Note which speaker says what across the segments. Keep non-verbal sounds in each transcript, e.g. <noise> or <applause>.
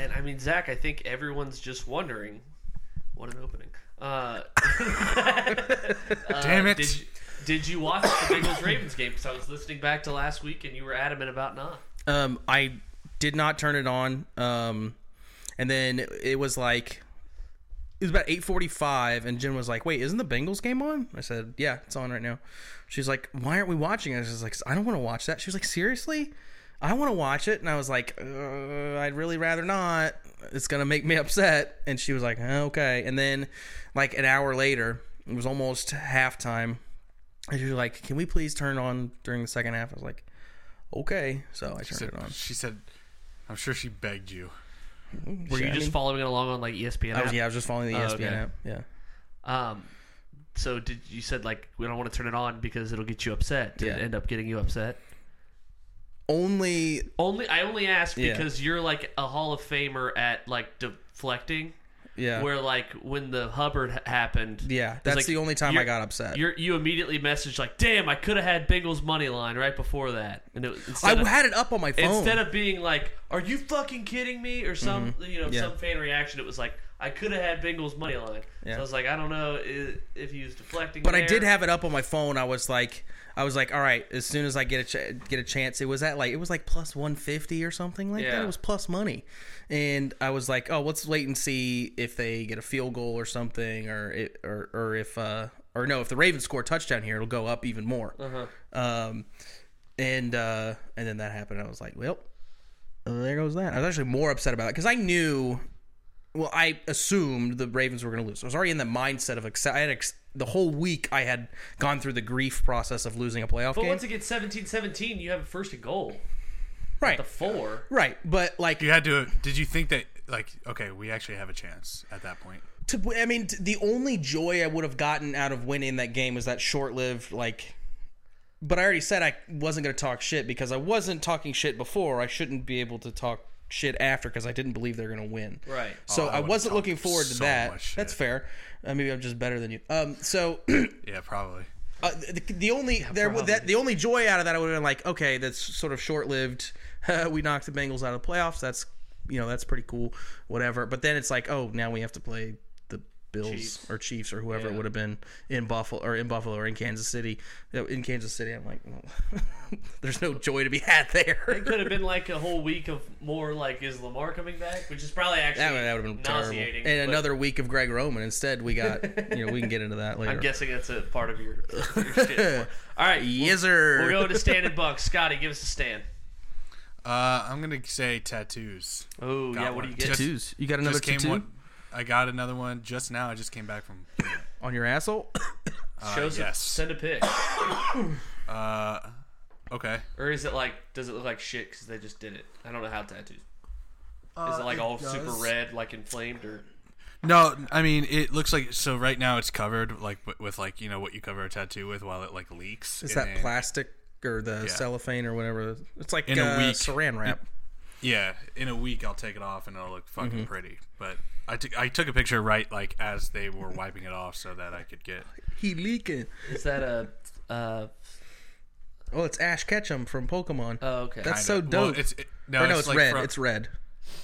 Speaker 1: And I mean, Zach, I think everyone's just wondering what an opening. <laughs> Uh,
Speaker 2: Damn
Speaker 3: Uh,
Speaker 2: it.
Speaker 1: Did you, did you watch the Bengals Ravens game? Because I was listening back to last week, and you were adamant about not.
Speaker 3: Um, I did not turn it on. Um, and then it was like it was about eight forty five, and Jen was like, "Wait, isn't the Bengals game on?" I said, "Yeah, it's on right now." She's like, "Why aren't we watching?" it?" I was like, "I don't want to watch that." She was like, "Seriously?" I want to watch it, and I was like, uh, "I'd really rather not. It's gonna make me upset." And she was like, "Uh, "Okay." And then, like an hour later, it was almost halftime, and she was like, "Can we please turn on during the second half?" I was like, "Okay." So I turned
Speaker 2: Said-
Speaker 3: it on.
Speaker 2: She said, I'm sure she begged you.
Speaker 1: Were
Speaker 3: Yeah,
Speaker 1: you
Speaker 3: I
Speaker 1: just
Speaker 3: mean-
Speaker 1: following it along on like E ESPN?
Speaker 3: I was,
Speaker 1: app?
Speaker 3: yeah, I was just following the E
Speaker 1: Oh,
Speaker 3: ESPN
Speaker 1: okay.
Speaker 3: app. Yeah.
Speaker 1: Um, so did you said like we don't want to turn it on because it'll get you upset? Did it
Speaker 3: Yeah.
Speaker 1: end up getting you upset?
Speaker 3: Only
Speaker 1: Only I only ask
Speaker 3: Yeah.
Speaker 1: because you're like a Hall of Famer at like deflecting.
Speaker 3: yeah.
Speaker 1: Where like when the Hubbard ha- happened,
Speaker 3: yeah,
Speaker 1: it's
Speaker 3: that's
Speaker 1: like,
Speaker 3: the only time I
Speaker 1: you're-
Speaker 3: got upset.
Speaker 1: You're, you immediately messaged like, "Damn, I could have had Bengals money line right before that." And it,
Speaker 3: I
Speaker 1: instead of,
Speaker 3: had it up on my phone.
Speaker 1: instead of being like, "Are you fucking kidding me?" or some you know
Speaker 3: Mm-hmm. Yeah.
Speaker 1: some fan reaction, it was like, "I could have had Bengals money line."
Speaker 3: Yeah.
Speaker 1: So I was like, "I don't know i- if he was deflecting."
Speaker 3: but I did
Speaker 1: there.
Speaker 3: have it up on my phone. I was like, I was like, all right. As soon as I get a ch- get a chance, it was at like it was like plus one fifty or something like that.
Speaker 1: Yeah.
Speaker 3: It was plus money, and I was like, oh, let's wait and see if they get a field goal or something, or it, or or if uh or no, if the Ravens score a touchdown here, it'll go up even more.
Speaker 1: Uh-huh.
Speaker 3: Um, and uh, and then that happened. I was like, well, Oh, there goes that. I was actually more upset about it because I knew well, I assumed the Ravens were going to lose. I was already in the mindset of accept. I had ex- the whole week. I had gone through the grief process of losing a playoff
Speaker 1: But
Speaker 3: game.
Speaker 1: once it gets 17-17, you have a first and goal,
Speaker 3: right,
Speaker 1: the four.
Speaker 3: right. But like,
Speaker 2: You had to. Did you think that, like, okay, we actually have a chance at that point?
Speaker 3: to, I mean, t- the only joy I would have gotten out of winning that game was that short-lived like. But I already said I wasn't going to talk shit because I wasn't talking shit before. I shouldn't be able to talk shit after because I didn't believe they were going to win.
Speaker 1: Right.
Speaker 3: So
Speaker 2: Oh, I
Speaker 3: I,
Speaker 2: would've
Speaker 3: wasn't looking
Speaker 2: talked
Speaker 3: forward to
Speaker 2: so much
Speaker 3: that.
Speaker 2: shit.
Speaker 3: That's fair. Uh, maybe I'm just better than you. Um. So.
Speaker 2: Yeah, probably.
Speaker 3: Uh, the, the only there
Speaker 1: probably.
Speaker 3: that the only joy out of that I would have been like, okay, that's sort of short lived. <laughs> we knocked the Bengals out of the playoffs. That's you know that's pretty cool, whatever. But then it's like, oh, now we have to play the Bills
Speaker 1: Chiefs.
Speaker 3: or Chiefs or whoever it would have been in Buffalo or in Buffalo or in Kansas City. You know, In Kansas City, I'm like, well, <laughs> there's no joy to be had there.
Speaker 1: It could have been like a whole week of more like, is Lamar coming back? Which is probably actually
Speaker 3: <laughs> That would, that would have been terrible.
Speaker 1: nauseating.
Speaker 3: And
Speaker 1: but
Speaker 3: another week of Greg Roman. Instead, we got you know we can get
Speaker 1: <laughs>
Speaker 3: into that later.
Speaker 1: I'm guessing that's a part of your,
Speaker 3: <laughs>
Speaker 1: your shit. All right,
Speaker 3: yes, sir.
Speaker 1: we're going to stand and bucks. Scotty, give us a stand.
Speaker 2: Uh, I'm gonna say tattoos.
Speaker 1: Oh
Speaker 2: Got
Speaker 1: yeah, what
Speaker 2: one.
Speaker 1: do you
Speaker 2: Just-
Speaker 1: get?
Speaker 3: tattoos. You got another
Speaker 2: just came
Speaker 3: tattoo
Speaker 2: one. I got another one just now. I just came back from.
Speaker 3: on your asshole.
Speaker 1: Show
Speaker 2: Uh,
Speaker 1: us.
Speaker 2: yes.
Speaker 1: Send a pic.
Speaker 2: Uh, okay.
Speaker 1: Or is it like? Does it look like shit because they just did it? I don't know how tattoos.
Speaker 2: Uh,
Speaker 1: Is Uh, it like all super red, like inflamed, or
Speaker 2: No, I mean it looks like so. Right now, it's covered like with, with like you know what you cover a tattoo with while it like leaks.
Speaker 3: It's
Speaker 2: and
Speaker 3: that
Speaker 2: then-
Speaker 3: plastic or the cellophane or whatever. It's like
Speaker 2: In a
Speaker 3: uh,
Speaker 2: week.
Speaker 3: saran wrap.
Speaker 2: Yeah, in a week I'll take it off and it'll look fucking
Speaker 1: Mm-hmm.
Speaker 2: pretty. But I took I took a picture right like as they were wiping it off so that I could get.
Speaker 3: He leaking.
Speaker 1: is that a? Uh,
Speaker 3: Oh, it's Ash Ketchum from Pokemon.
Speaker 1: oh, okay.
Speaker 3: That's
Speaker 2: I
Speaker 3: so
Speaker 2: know-
Speaker 3: dope.
Speaker 2: Well, it's it- no,
Speaker 3: or no,
Speaker 2: it's,
Speaker 3: Uh, it's,
Speaker 2: like
Speaker 3: red.
Speaker 2: From,
Speaker 3: It's red.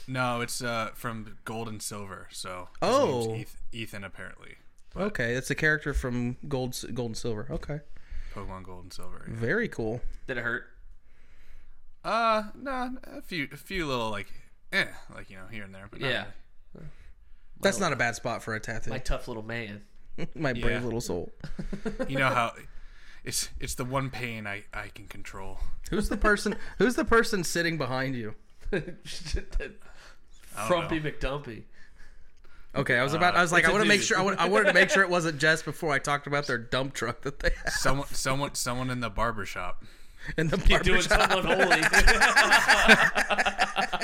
Speaker 2: no, it's uh from Gold and Silver. So his
Speaker 3: Oh.
Speaker 2: name's Eth- Ethan apparently
Speaker 3: Okay, that's a character from Gold, Gold and Silver. Okay,
Speaker 2: Pokemon Gold and Silver.
Speaker 3: very cool.
Speaker 1: did it hurt?
Speaker 2: Uh, no, a few a few little like eh, like you know here and there, but not
Speaker 1: Yeah.
Speaker 2: really.
Speaker 3: That's not a bad spot for a tattoo.
Speaker 1: My
Speaker 3: <laughs> My,
Speaker 1: tough little man.
Speaker 3: brave
Speaker 2: Yeah.
Speaker 3: little soul.
Speaker 2: you know how <laughs> it's it's the one pain I I can control.
Speaker 3: <laughs> Who's the person? who's the person sitting behind you?
Speaker 2: I don't
Speaker 1: Frumpy
Speaker 2: know.
Speaker 1: McDumpy.
Speaker 3: Okay, I was about. I was like,
Speaker 1: it's
Speaker 3: I
Speaker 1: a
Speaker 3: want to make
Speaker 1: dude.
Speaker 3: sure. I, wa- I wanted to make sure <laughs> it wasn't Jess before I talked about their dump truck that they had <laughs>
Speaker 2: Someone, someone, someone in the barber shop.
Speaker 3: in the
Speaker 1: You're doing
Speaker 3: barbershop.
Speaker 1: someone holy.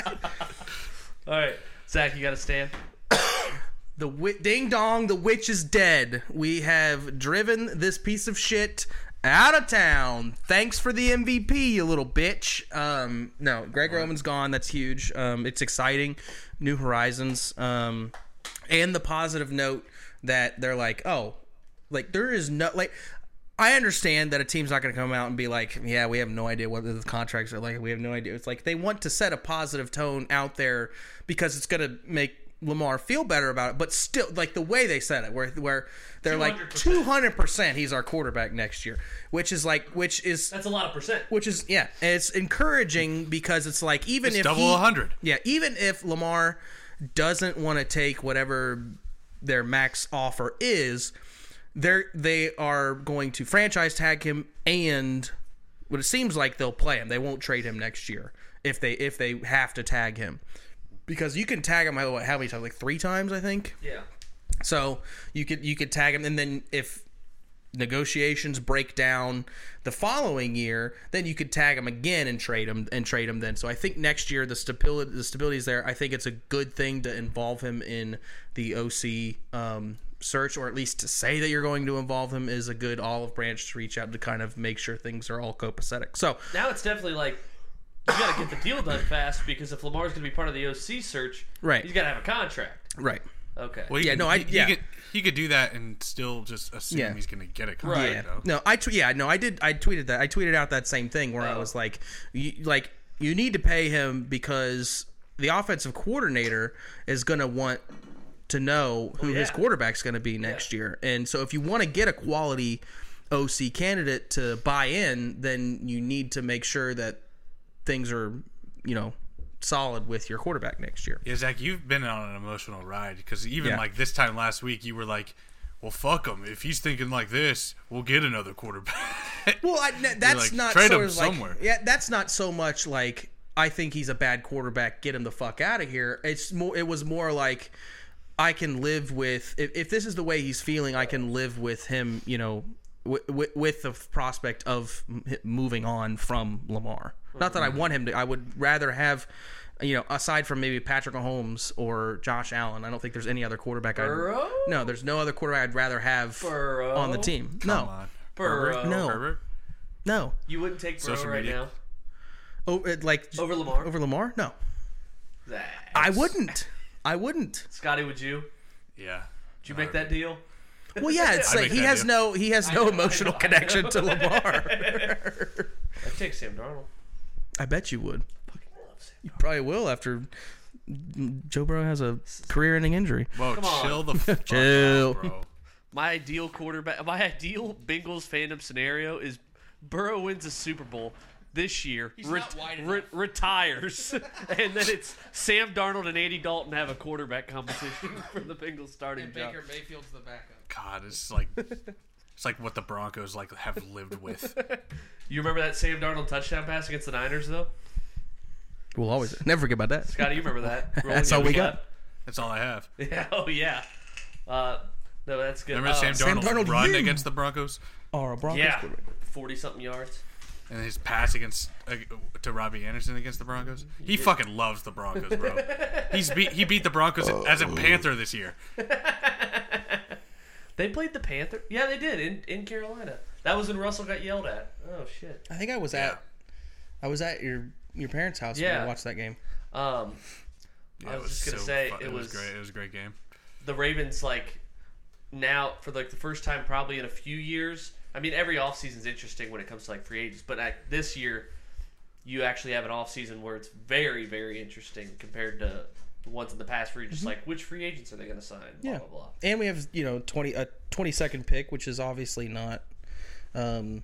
Speaker 1: <laughs> All right, Zach, you got to stand.
Speaker 3: The wi- ding dong, the witch is dead. We have driven this piece of shit out of town. Thanks for the MVP, you little bitch. Um, no, Greg Roman's gone. That's huge. Um, it's exciting, new horizons, um, and the positive note that they're like, oh, like there is no like. I understand that a team's not going to come out and be like, yeah, we have no idea what the contracts are like. We have no idea. It's like they want to set a positive tone out there because it's going to make Lamar feel better about it. But still, like the way they said it, where where they're like 200 percent he's our quarterback next year, which is like which is
Speaker 1: That's a lot of percent.
Speaker 3: which is yeah, and it's encouraging because it's like even
Speaker 2: It's
Speaker 3: if
Speaker 2: double
Speaker 3: he-
Speaker 2: 100.
Speaker 3: yeah, even if Lamar doesn't want to take whatever their max offer is, they're they are going to franchise tag him and what it seems like they'll play him. They won't trade him next year if they if they have to tag him. Because you can tag him what, how many times? Like three times, I think.
Speaker 1: Yeah.
Speaker 3: So you could you could tag him, and then if negotiations break down the following year, then you could tag him again and trade him and trade him then. So I think next year the stability the stability is there. I think it's a good thing to involve him in the OC um, search, or at least to say that you're going to involve him is a good olive branch to reach out to kind of make sure things are all copacetic. So
Speaker 1: Now it's definitely like you got to get the deal done fast because if Lamar's going to be part of the OC search,
Speaker 3: Right.
Speaker 1: he's got to have a contract.
Speaker 3: right,
Speaker 1: Okay.
Speaker 2: Well, you
Speaker 3: Yeah,
Speaker 2: could-
Speaker 3: no, I-
Speaker 2: you-
Speaker 3: yeah.
Speaker 2: You could, you could do that and still just assume
Speaker 3: Yeah.
Speaker 2: he's going to get a contract.
Speaker 1: Right.
Speaker 3: Yeah.
Speaker 2: Though.
Speaker 3: No, I tw- yeah, no, I did. I tweeted that. I tweeted out that same thing where I
Speaker 1: Oh.
Speaker 3: was like, you, like you need to pay him because the offensive coordinator is going to want to know who his
Speaker 1: Oh, yeah.
Speaker 3: quarterback's going to be next year, and so if you want to get a quality OC candidate to buy in, then you need to make sure that things are, you know, solid with your quarterback next year.
Speaker 2: Yeah, Zach, you've been on an emotional ride because even
Speaker 3: Yeah.
Speaker 2: like this time last week, you were like, "Well, fuck him. If he's thinking like this, we'll get another quarterback." <laughs>
Speaker 3: Well, I, n- that's
Speaker 2: like,
Speaker 3: not
Speaker 2: trade
Speaker 3: sort
Speaker 2: him
Speaker 3: of like
Speaker 2: somewhere.
Speaker 3: yeah, that's not so much like I think he's a bad quarterback. Get him the fuck out of here. It's more. It was more like I can live with if, if this is the way he's feeling. I can live with him. You know, w- w- with the prospect of m- hi- moving on from Lamar. Not that I want him to. I would rather have. You know, aside from maybe Patrick Mahomes or Josh Allen, I don't think there's any other quarterback. I'd,
Speaker 1: Burrow?
Speaker 3: no, there's no other quarterback I'd rather have
Speaker 1: Burrow?
Speaker 3: on the team.
Speaker 2: Come
Speaker 3: no,
Speaker 2: on,
Speaker 1: Burrow.
Speaker 3: No.
Speaker 2: Herbert.
Speaker 3: no.
Speaker 1: You wouldn't take Burrow
Speaker 2: Social
Speaker 1: right
Speaker 2: media.
Speaker 1: now.
Speaker 3: Oh, it, like
Speaker 1: Over Lamar?
Speaker 3: Over Lamar? No,
Speaker 1: Zach.
Speaker 3: I wouldn't.
Speaker 1: <laughs>
Speaker 3: I wouldn't.
Speaker 1: Scotty, would you?
Speaker 2: Yeah.
Speaker 1: Did you
Speaker 3: Uh,
Speaker 1: make that deal?
Speaker 3: Well, yeah, it's
Speaker 2: I'd
Speaker 3: like
Speaker 2: make
Speaker 3: he
Speaker 2: that
Speaker 3: has
Speaker 2: deal.
Speaker 3: no he has no
Speaker 1: know, I
Speaker 3: emotional
Speaker 1: know, I
Speaker 3: connection
Speaker 1: know. <laughs>
Speaker 3: to Lamar.
Speaker 1: I'd take Sam Darnold.
Speaker 3: I bet you would.
Speaker 1: Fucking love Sam.
Speaker 3: You probably will after Joe Burrow has a career-ending injury.
Speaker 2: Whoa,
Speaker 1: Come on.
Speaker 2: chill the
Speaker 3: <laughs>
Speaker 2: fuck
Speaker 3: Chill.
Speaker 2: out, bro.
Speaker 1: My ideal quarterback, my ideal Bengals fandom scenario is Burrow wins a Super Bowl this year, re-
Speaker 4: not wide
Speaker 1: re- <laughs> retires, and then it's Sam Darnold and Andy Dalton have a quarterback competition <laughs> for the Bengals starting
Speaker 4: And
Speaker 1: job.
Speaker 4: Baker Mayfield's the backup.
Speaker 2: God, it's like it's like what the Broncos like have lived with.
Speaker 1: You remember that Sam Darnold touchdown pass against the Niners though?
Speaker 3: We'll always never forget about that.
Speaker 1: Scotty, you remember
Speaker 3: <laughs>
Speaker 1: that? Rolling
Speaker 3: That's all
Speaker 1: down the
Speaker 3: we got.
Speaker 1: left.
Speaker 2: That's all I have.
Speaker 1: <laughs> Yeah, oh yeah. Uh, no, that's good.
Speaker 2: Remember
Speaker 1: Uh,
Speaker 2: Sam,
Speaker 3: Sam
Speaker 2: Darnold
Speaker 3: Darnold,
Speaker 2: run
Speaker 3: you-
Speaker 2: against the Broncos
Speaker 3: Or a Broncos
Speaker 1: Yeah,
Speaker 3: quarterback.
Speaker 1: forty something yards.
Speaker 2: and his pass against uh, to Robbie Anderson against the Broncos. He fucking loves the Broncos, bro. He's beat he beat the Broncos as a Panther this year.
Speaker 1: They played the Panther. Yeah, they did in, in Carolina. That was when Russell got yelled at. Oh shit.
Speaker 3: I think I was at I was at your your parents' house when
Speaker 1: Yeah.
Speaker 3: I watched that game.
Speaker 1: Um,
Speaker 2: Yeah,
Speaker 1: I was just gonna say,
Speaker 2: fu-
Speaker 1: it was-
Speaker 2: great. It was a great game.
Speaker 1: the Ravens like now for like the first time probably in a few years. I mean, every offseason's interesting when it comes to like free agents, but like this year you actually have an offseason where it's very very interesting compared to the ones in the past where you're just like which free agents are they going to sign blah
Speaker 3: Mm-hmm. Yeah.
Speaker 1: blah blah.
Speaker 3: And we have, you know, 20 a 20 second pick, which is obviously not um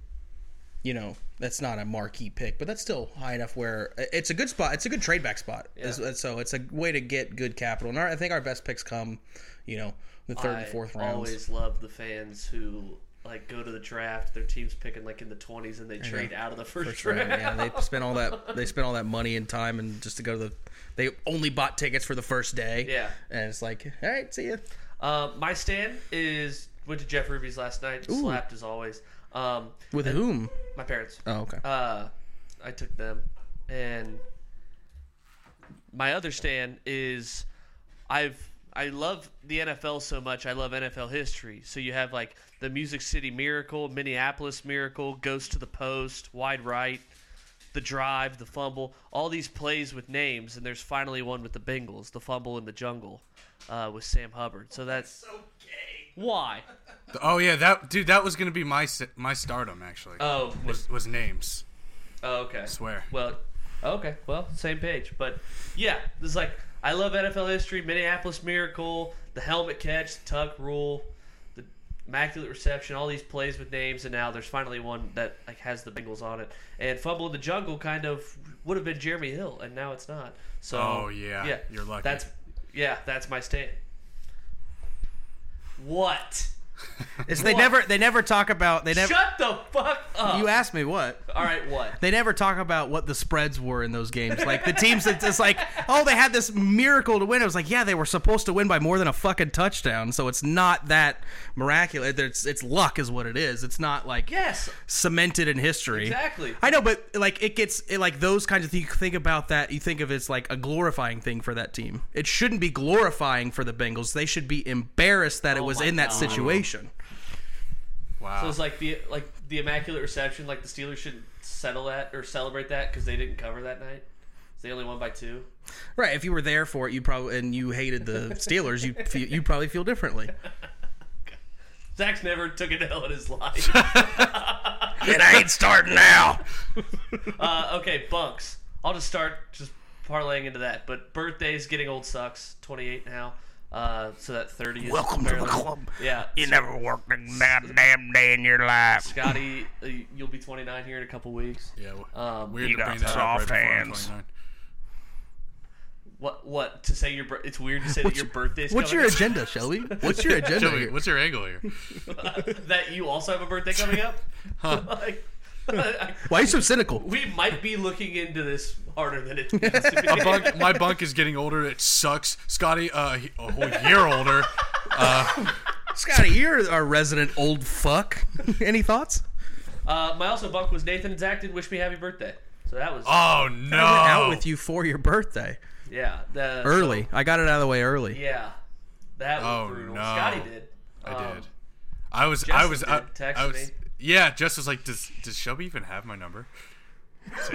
Speaker 3: you know, that's not a marquee pick, but that's still high enough where it's a good spot. It's a good trade back spot. Is- So it's a way to get good capital. And our, I think our best picks come, you know, the third and fourth
Speaker 1: I
Speaker 3: rounds.
Speaker 1: always love the fans who like go to the draft, their team's picking like in the 20s and they trade out of the first,
Speaker 3: <laughs> That's
Speaker 1: round. <laughs>
Speaker 3: right. Yeah, they spent all that they spent all that money and time and just to go to the they only bought tickets for the first day.
Speaker 1: Yeah.
Speaker 3: And it's like, all right, see you.
Speaker 1: Uh, my stand is went to Jeff Ruby's last night, slapped as always. Um,
Speaker 3: With whom?
Speaker 1: my parents.
Speaker 3: Oh, okay.
Speaker 1: uh, I took them, and my other stand is I've I love the NFL so much. I love NFL history. So you have like the Music City Miracle, Minneapolis Miracle, Ghost to the Post, Wide Right, the Drive, the Fumble, all these plays with names, and there's finally one with the Bengals, the Fumble in the Jungle, uh, with Sam Hubbard. So that's
Speaker 4: So gay.
Speaker 1: Why?
Speaker 2: Oh yeah, that dude. That was gonna be my s- my stardom actually.
Speaker 1: Oh,
Speaker 2: was was names.
Speaker 1: oh, okay.
Speaker 2: Swear.
Speaker 1: Well, okay. Well, same page. But yeah, this is like I love NFL history. Minneapolis Miracle, the helmet catch, the tuck rule, the immaculate reception, all these plays with names, and now there's finally one that like has the Bengals on it. And fumble in the jungle kind of would have been Jeremy Hill, and now it's not. So
Speaker 2: Oh, yeah.
Speaker 1: yeah,
Speaker 2: You're lucky.
Speaker 1: That's yeah, that's my stand. What?
Speaker 3: It's, they
Speaker 1: What?
Speaker 3: never they never talk about they never.
Speaker 1: Shut the fuck up.
Speaker 3: You asked me what.
Speaker 1: all right, what?
Speaker 2: <laughs>
Speaker 3: They never talk about what the spreads were in those games. Like the teams that just like, oh, they had this miracle to win. It was like, yeah, they were supposed to win by more than a fucking touchdown. So it's not that miraculous. It's it's luck is what it is. It's not like
Speaker 1: Yes,
Speaker 3: cemented in history.
Speaker 1: exactly.
Speaker 3: I know, but like it gets it, like those kinds of things. You think about that. You think of it's like a glorifying thing for that team. It shouldn't be glorifying for the Bengals. They should be embarrassed that it was
Speaker 1: Oh my
Speaker 3: in that
Speaker 1: God.
Speaker 3: situation.
Speaker 2: Wow.
Speaker 1: So it's like the like the immaculate reception. Like the Steelers shouldn't settle that or celebrate that because they didn't cover that night. So they only won by two.
Speaker 3: Right. If you were there for it, you probably and you hated the Steelers. You feel, you probably feel differently.
Speaker 1: Zach's never took an <laughs> L in his life.
Speaker 3: and I ain't starting now.
Speaker 1: uh, okay, bunks. I'll just start just parlaying into that. But birthdays, getting old sucks. Twenty eight now. Uh, so that thirty. Is
Speaker 4: Welcome to the
Speaker 1: barely-
Speaker 4: club.
Speaker 1: Yeah.
Speaker 4: You never worked a damn, damn day in your life.
Speaker 1: Scotty, uh, you'll be 29 here in a couple weeks.
Speaker 2: yeah. w-
Speaker 1: Um,
Speaker 2: Weird
Speaker 4: you
Speaker 2: to
Speaker 4: got
Speaker 2: bring that up
Speaker 4: soft
Speaker 2: right before I'm
Speaker 4: hands.
Speaker 2: 29.
Speaker 1: What? What? To say your bir- it's weird to say that your birthday's
Speaker 3: What's your
Speaker 1: coming
Speaker 3: agenda, Shelby? What's your agenda?
Speaker 2: Joey,
Speaker 3: here?
Speaker 2: what's your angle here?
Speaker 1: <laughs> that you also have a birthday coming up. <laughs> like,
Speaker 3: Why are you so cynical?
Speaker 1: we might be looking into this harder than it needs
Speaker 2: <laughs>
Speaker 1: to be.
Speaker 2: My bunk, <laughs> my bunk is getting older. It sucks. Scotty, uh, he- a whole year
Speaker 1: <laughs>
Speaker 2: older.
Speaker 3: Scotty, you're our resident old fuck. <laughs> Any thoughts?
Speaker 1: Uh, my also bunk was Nathan and Zach did wish me happy birthday. So that was
Speaker 2: Oh no.
Speaker 3: I went out with you for your birthday
Speaker 1: yeah the,
Speaker 3: early. I got it out of the way early.
Speaker 1: yeah that was
Speaker 2: Oh,
Speaker 1: brutal.
Speaker 2: no.
Speaker 1: Scotty did.
Speaker 2: I
Speaker 1: Um,
Speaker 2: did. I was. I was.
Speaker 1: did
Speaker 2: I,
Speaker 1: text
Speaker 2: I was.
Speaker 1: me.
Speaker 2: Yeah. Just was like, does does Shelby even have my number?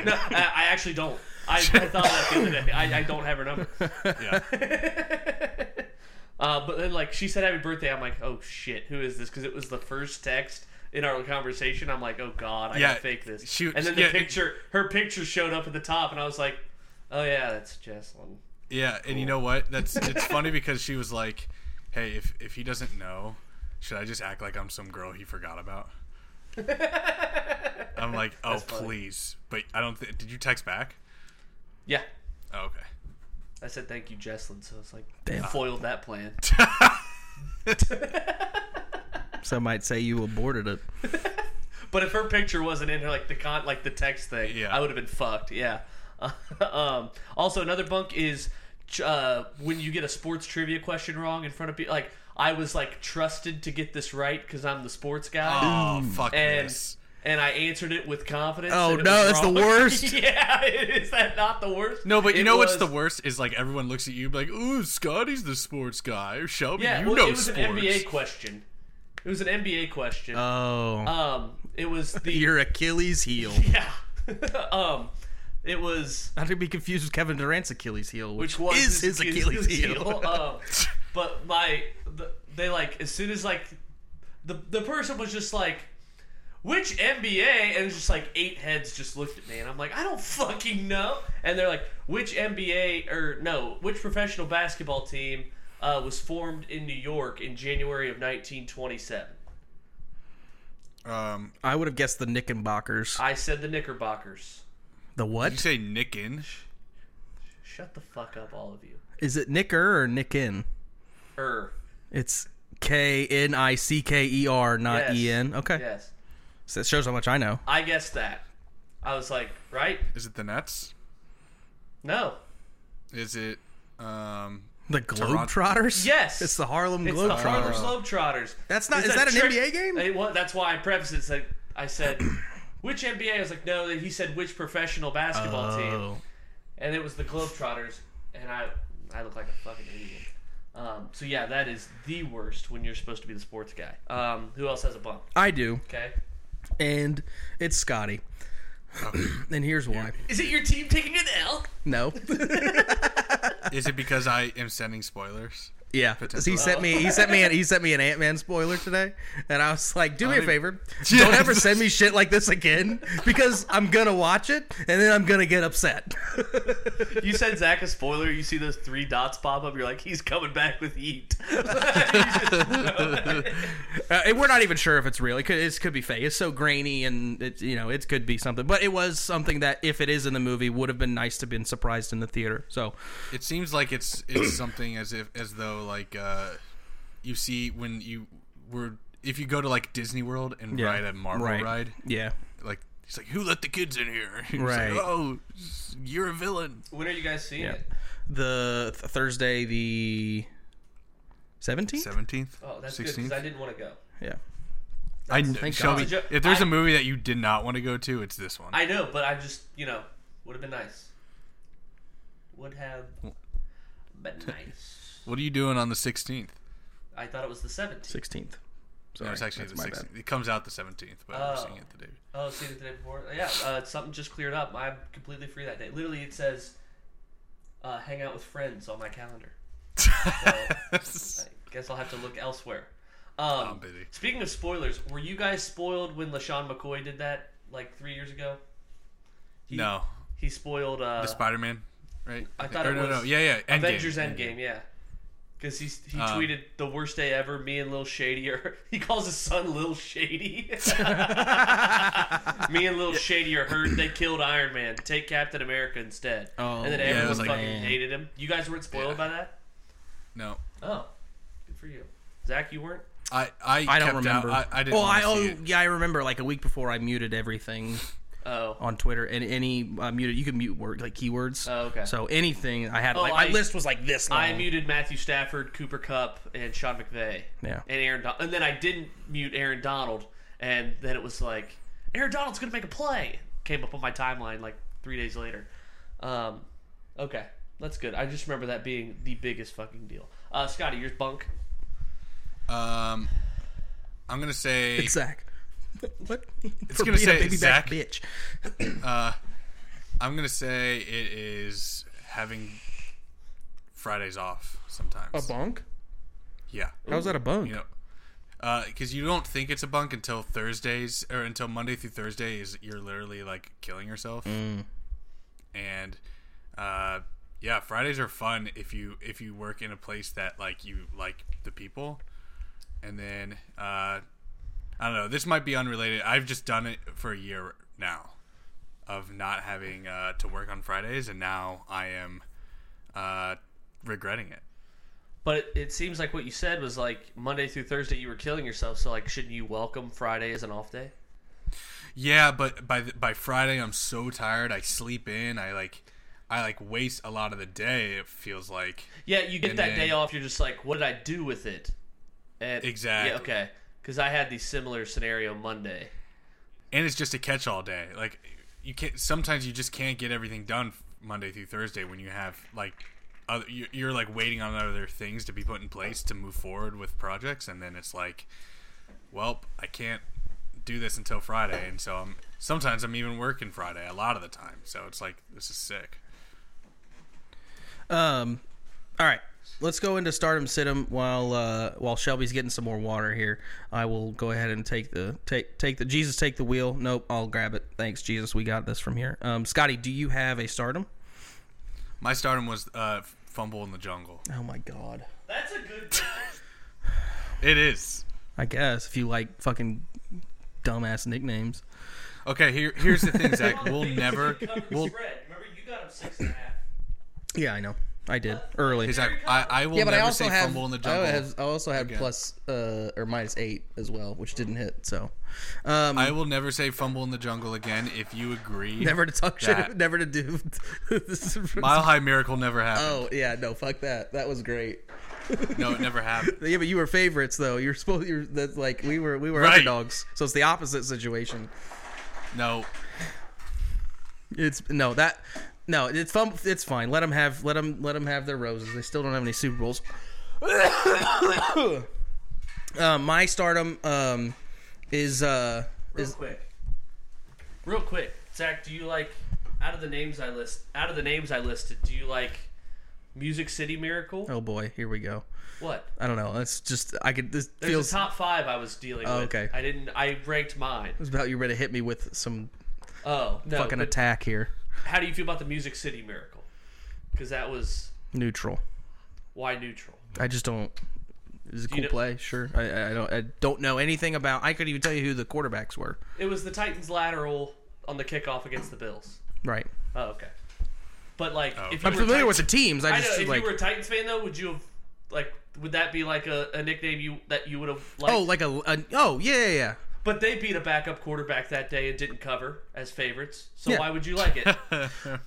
Speaker 1: No, I, I actually don't. I, I thought that the other day. I, I don't have her
Speaker 2: <laughs>
Speaker 1: number.
Speaker 2: Yeah.
Speaker 1: <laughs> Uh, but then, like, she said happy birthday. I'm like, oh shit, who is this? Because it was the first text in our conversation. I'm like, oh god, I
Speaker 2: Yeah,
Speaker 1: gotta fake this.
Speaker 2: she-
Speaker 1: and then the
Speaker 2: yeah, it-
Speaker 1: picture, her picture showed up at the top, and I was like, oh yeah, that's Jesslyn.
Speaker 2: Yeah, and you know what? That's it's funny because she was like, "Hey, if if he doesn't know, should I just act like I'm some girl he forgot about?"
Speaker 1: <laughs>
Speaker 2: I'm like, "Oh,
Speaker 1: funny.
Speaker 2: please." But I don't th- did you text back?
Speaker 1: Yeah,
Speaker 2: Oh, okay.
Speaker 1: I said thank you, Jesslyn. So it's like
Speaker 3: Damn.
Speaker 1: foiled that plan.
Speaker 3: Some might say you aborted it.
Speaker 1: But if her picture wasn't in her, like the con, like the text thing,
Speaker 2: Yeah.
Speaker 1: I would have been fucked. Yeah. <laughs> um, also, another bunk is uh, when you get a sports trivia question wrong in front of people. Like I was like trusted to get this right because I'm the sports guy,
Speaker 2: Oh, fuck
Speaker 1: and
Speaker 2: this.
Speaker 1: and I answered it with confidence.
Speaker 3: Oh,
Speaker 1: and it
Speaker 3: no,
Speaker 1: was
Speaker 3: that's the
Speaker 1: wrong. <laughs>
Speaker 3: worst.
Speaker 1: yeah, <laughs> is that not the worst?
Speaker 2: No, but you
Speaker 1: It
Speaker 2: know what's
Speaker 1: was-
Speaker 2: the worst is like everyone looks at you like, "Ooh, Scotty's the sports guy." Or Shelby,
Speaker 1: Yeah,
Speaker 2: you
Speaker 1: well,
Speaker 2: know
Speaker 1: it was
Speaker 2: sports. Uh.
Speaker 1: an NBA question. It was an NBA question.
Speaker 3: Oh,
Speaker 1: um, it
Speaker 2: <laughs>
Speaker 1: was the
Speaker 3: <laughs> your Achilles heel.
Speaker 1: yeah. <laughs> um, it was.
Speaker 3: Not to be confused with Kevin Durant's Achilles heel, which,
Speaker 1: which was
Speaker 3: is his Achilles, heel. <laughs> Uh,
Speaker 1: Um, but my, the, they like as soon as like, the the person was just like, which NBA? And it was just like eight heads just looked at me, and I'm like, I don't fucking know. And they're like, which NBA or no, which professional basketball team uh, was formed in New York in January of 1927?
Speaker 2: Um,
Speaker 3: I would have guessed the Knickenbockers.
Speaker 1: I said the Knickerbockers.
Speaker 3: The
Speaker 2: you
Speaker 3: what?
Speaker 2: say Nickin?
Speaker 1: Shut the fuck up, all of you.
Speaker 3: Is it Knicker or Nickin?
Speaker 1: Er,
Speaker 3: It's K N I C K E R, not
Speaker 1: Yes.
Speaker 3: E N. Okay.
Speaker 1: yes,
Speaker 3: So that shows how much I know.
Speaker 1: I guessed that. I was like, right?
Speaker 2: Is it the Nets?
Speaker 1: No,
Speaker 2: Is it um
Speaker 3: The Globetrotters?
Speaker 1: Yes.
Speaker 3: It's the Harlem
Speaker 1: It's the Harlem
Speaker 3: Globetrotters.
Speaker 1: Globetrotters.
Speaker 3: That's not-
Speaker 1: It's
Speaker 3: is that an
Speaker 1: trick-
Speaker 3: NBA game?
Speaker 1: It wa- that's why I prefaced it. It's like, I
Speaker 3: <clears throat>
Speaker 1: said, which NBA? I was like, no. He said, which professional basketball team?
Speaker 3: Oh.
Speaker 1: And it was the Globetrotters. And I, I look like a fucking idiot. Um, so yeah, that is the worst when you're supposed to be the sports guy. Um, who else has a bump?
Speaker 3: I do.
Speaker 1: Okay.
Speaker 3: And it's Scotty. <clears throat> and here's why.
Speaker 1: Is it your team taking an L?
Speaker 3: No. <laughs>
Speaker 2: is it because I am sending spoilers?
Speaker 3: Yeah, he sent me he sent me an, he sent me an Ant Man spoiler today, and I was like, "Do me a
Speaker 2: even-
Speaker 3: favor, <laughs>
Speaker 2: Yeah.
Speaker 3: don't ever send me shit like this again, because I'm gonna watch it and then I'm gonna get upset." <laughs>
Speaker 1: You send Zach a spoiler. You see those three dots pop up. You're like, he's coming back with heat. <laughs> You just-
Speaker 3: Uh, and we're not even sure if it's real. It could it could be fake. It's so grainy, and it's you know it could be something. But it was something that if it is in the movie, would have been nice to been surprised in the theater. So
Speaker 2: It seems like it's it's <clears throat> something as if as though like uh, you see when you were if you go to like Disney World and
Speaker 3: yeah,
Speaker 2: ride a Marvel
Speaker 3: Right.
Speaker 2: ride,
Speaker 3: Yeah,
Speaker 2: like he's like, who let the kids in here? <laughs> He's
Speaker 3: Right.
Speaker 2: Like, oh, you're a villain.
Speaker 1: when are you guys seeing
Speaker 3: yeah.
Speaker 1: it?
Speaker 3: The th- Thursday the seventeenth.
Speaker 2: Seventeenth.
Speaker 1: Oh, that's good 'cause good because I didn't want to go.
Speaker 3: Yeah.
Speaker 2: I kn- Shelby,
Speaker 1: God.
Speaker 2: if there's a
Speaker 1: I-
Speaker 2: movie that you did not want to go to, it's this one.
Speaker 1: I know, but I just, you know, would have been nice. Would have been nice.
Speaker 2: what are you doing on the 16th?
Speaker 1: I thought it was the 17th.
Speaker 3: Sixteenth.
Speaker 2: No, it's actually the
Speaker 3: my bad.
Speaker 2: 16th. It comes out the 17th, but we're
Speaker 1: Oh.
Speaker 2: seeing it the day.
Speaker 1: Oh, see the day before. Yeah, uh, something just cleared up. I'm completely free that day. Literally, it says uh, "hang out with friends" on my calendar. Oh. I guess I'll have to look elsewhere. Um,
Speaker 2: <laughs> I'm busy.
Speaker 1: Speaking of spoilers, were you guys spoiled when LaShawn McCoy did that like three years ago? He,
Speaker 2: no,
Speaker 1: He spoiled. Uh,
Speaker 2: the Spider-Man, right?
Speaker 1: I thought
Speaker 2: Or
Speaker 1: it
Speaker 2: no, no,
Speaker 1: was
Speaker 2: yeah, yeah. Endgame.
Speaker 1: Avengers Endgame, yeah. Because he he
Speaker 2: Um,
Speaker 1: tweeted the worst day ever. Me and Lil Shady, or <laughs> he calls his son Lil
Speaker 2: <laughs>
Speaker 1: Shady. me and Lil Shady are hurt. They killed Iron Man. Take Captain America instead.
Speaker 3: Oh,
Speaker 1: and then
Speaker 3: yeah, it
Speaker 1: everyone
Speaker 2: was like-
Speaker 1: fucking hated him. You guys weren't spoiled by
Speaker 2: Yeah.
Speaker 1: that.
Speaker 2: No,
Speaker 1: Oh, good for you, Zach. You weren't.
Speaker 2: I I,
Speaker 3: I don't
Speaker 2: kept
Speaker 3: remember.
Speaker 2: Out. I, I didn't.
Speaker 3: Well, I
Speaker 2: wanna
Speaker 3: oh
Speaker 2: see it.
Speaker 3: yeah, I remember like a week before I muted everything
Speaker 1: Oh,
Speaker 3: on Twitter and any uh, muted. You can mute word like keywords.
Speaker 1: Oh, okay.
Speaker 3: So anything I had,
Speaker 1: Oh,
Speaker 3: like my
Speaker 1: I-
Speaker 3: list was like this long.
Speaker 1: I muted Matthew Stafford, Cooper Cup, and Sean McVay.
Speaker 3: Yeah.
Speaker 1: And Aaron, Don- and then I didn't mute Aaron Donald, and then it was like Aaron Donald's gonna make a play. Came up on my timeline like three days later. Um, okay, that's good. I just remember that being the biggest fucking deal. Uh, Scotty, yours bunk.
Speaker 2: Um, I'm gonna say
Speaker 3: It's <laughs> Zach. What? It's
Speaker 2: gonna say Zach.
Speaker 3: bitch.
Speaker 2: uh, I'm gonna say it is having Fridays off sometimes.
Speaker 3: A bunk?
Speaker 2: yeah,
Speaker 3: How's that a bunk?
Speaker 2: you know, because Uh, you don't think it's a bunk until Thursdays or until Monday through Thursday is you're literally like killing yourself. And uh, yeah, Fridays are fun if you if you work in a place that like you like the people. And then uh, I don't know. This might be unrelated. I've just done it for a year now of not having uh, to work on Fridays, and now I am uh, regretting it.
Speaker 1: But it, it seems like what you said was like Monday through Thursday you were killing yourself. So like, shouldn't you welcome Friday as an off day?
Speaker 2: Yeah, but by th- by Friday, I'm so tired. I sleep in. I like, I like waste a lot of the day. It feels like
Speaker 1: Yeah, you get
Speaker 2: And
Speaker 1: that
Speaker 2: then-
Speaker 1: day off. You're just like, what did I do with it? And,
Speaker 2: Exactly.
Speaker 1: Yeah, okay. Because I had the similar scenario Monday.
Speaker 2: and it's just a catch all day. Like you can't. Sometimes you just can't get everything done f- Monday through Thursday when you have like other. you- You're like waiting on other things to be put in place to move forward with projects, and then it's like, well, I can't do this until Friday, and so I'm. Sometimes I'm even working Friday a lot of the time, so it's like this is sick.
Speaker 3: Um, all right. Let's go into Stardom Situm while uh, while Shelby's getting some more water here. I will go ahead and take the take take the Jesus take the wheel. Nope, I'll grab it. Thanks, Jesus. We got this from here. Um, Scotty, do you have a Stardom?
Speaker 2: My stardom was uh, fumble in the jungle.
Speaker 3: Oh my God.
Speaker 1: That's a good.
Speaker 2: It is.
Speaker 3: I guess if you like fucking dumbass nicknames.
Speaker 2: Okay, here here's the thing,
Speaker 1: <laughs>
Speaker 2: Zach. We'll never we'll
Speaker 1: Remember, you got him six and a half.
Speaker 3: Yeah, I know. I did early.
Speaker 2: Zach, I, I will
Speaker 3: yeah, but I
Speaker 2: never
Speaker 3: also
Speaker 2: say
Speaker 3: have,
Speaker 2: fumble in the
Speaker 3: I
Speaker 2: jungle.
Speaker 3: have- um, I also had
Speaker 2: again.
Speaker 3: plus uh, or minus eight as well, which didn't hit. So, um,
Speaker 2: I will never say fumble in the jungle again if you agree.
Speaker 3: never to talk shit. <laughs>
Speaker 2: that-
Speaker 3: Never to do. this is-
Speaker 2: Mile High Miracle never happened.
Speaker 3: oh yeah, no, fuck that. That was great. Oh.
Speaker 2: No, it never happened.
Speaker 3: Yeah, but you were favorites though. You're supposed. You're that's like we were. We were
Speaker 2: Right.
Speaker 3: underdogs. So it's the opposite situation.
Speaker 2: No.
Speaker 3: It's no that. No, it's fun. It's fine. Let them have. Let them. Let them have their roses. They still don't have any Super Bowls. <coughs> uh, my stardom um, is uh,
Speaker 1: Real
Speaker 3: is
Speaker 1: quick. Real quick, Zach. Do you like out of the names I list? Out of the names I listed, do you like Music City Miracle.
Speaker 3: Oh boy, here we go.
Speaker 1: What?
Speaker 3: I don't know. It's just I could. This
Speaker 1: There's
Speaker 3: feels.
Speaker 1: a top five I was dealing
Speaker 3: Oh,
Speaker 1: with.
Speaker 3: okay.
Speaker 1: I didn't. I ranked mine.
Speaker 3: It's about you ready to hit me with some
Speaker 1: Oh no!
Speaker 3: fucking
Speaker 1: but
Speaker 3: attack here.
Speaker 1: how do you feel about the Music City Miracle? Because that was
Speaker 3: Neutral.
Speaker 1: why neutral.
Speaker 3: I just don't. It's a cool
Speaker 1: know-
Speaker 3: play, sure. I- I, I don't. I don't know anything about. I couldn't even tell you who the quarterbacks were.
Speaker 1: It was the Titans lateral on the kickoff against the Bills.
Speaker 3: Right.
Speaker 1: Oh okay. But like,
Speaker 2: Oh,
Speaker 1: if you
Speaker 3: I'm
Speaker 1: were
Speaker 3: familiar
Speaker 1: Titan-
Speaker 3: with the teams. I
Speaker 1: I know.
Speaker 3: just
Speaker 1: If
Speaker 3: like.
Speaker 1: you were a Titans fan though, would you have like? Would that be like a, a nickname you that you would have liked?
Speaker 3: oh, like a, a. Oh yeah yeah yeah.
Speaker 1: But they beat a backup quarterback that day and didn't cover as favorites. So
Speaker 3: Yeah.
Speaker 1: why would you like
Speaker 3: <laughs>
Speaker 1: it?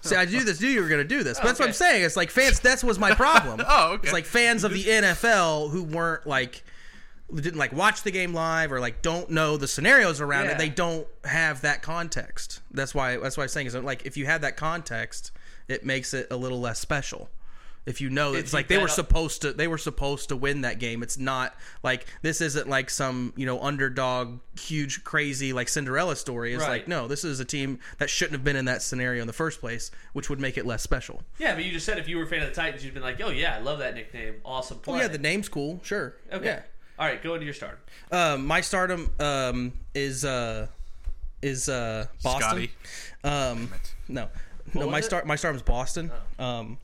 Speaker 3: See, I knew this. Knew you were gonna do this. But that's what I'm
Speaker 1: okay.
Speaker 3: saying. It's like fans. That's was my
Speaker 1: <laughs>
Speaker 3: problem.
Speaker 2: Oh, okay.
Speaker 3: It's like fans of the NFL who weren't like, who didn't like watch the game live or like don't know the scenarios around it.
Speaker 1: Yeah.
Speaker 3: They don't have that context. That's why. That's why I'm saying is like if you had that context, it makes it a little less special. If you know, it's
Speaker 1: you
Speaker 3: like they
Speaker 1: bet
Speaker 3: were
Speaker 1: up-
Speaker 3: supposed to. They were supposed to win that game. It's not like this isn't like some you know underdog, huge, crazy like Cinderella story. It's like
Speaker 1: Right.
Speaker 3: no, this is a team that shouldn't have been in that scenario in the first place, which would make it less special.
Speaker 1: yeah, but you just said if you were a fan of the Titans, you'd been like, oh yeah, I love that nickname. Awesome play.
Speaker 3: Well, Oh, yeah, the name's cool, sure.
Speaker 1: okay. All right, go into your starter.
Speaker 3: Yeah. Um, my stardom um, is uh, is uh, Boston.
Speaker 2: Scotty.
Speaker 3: Um, no, no.
Speaker 1: was
Speaker 3: My
Speaker 1: it? Oh.
Speaker 3: star, my stardom's Boston. Um,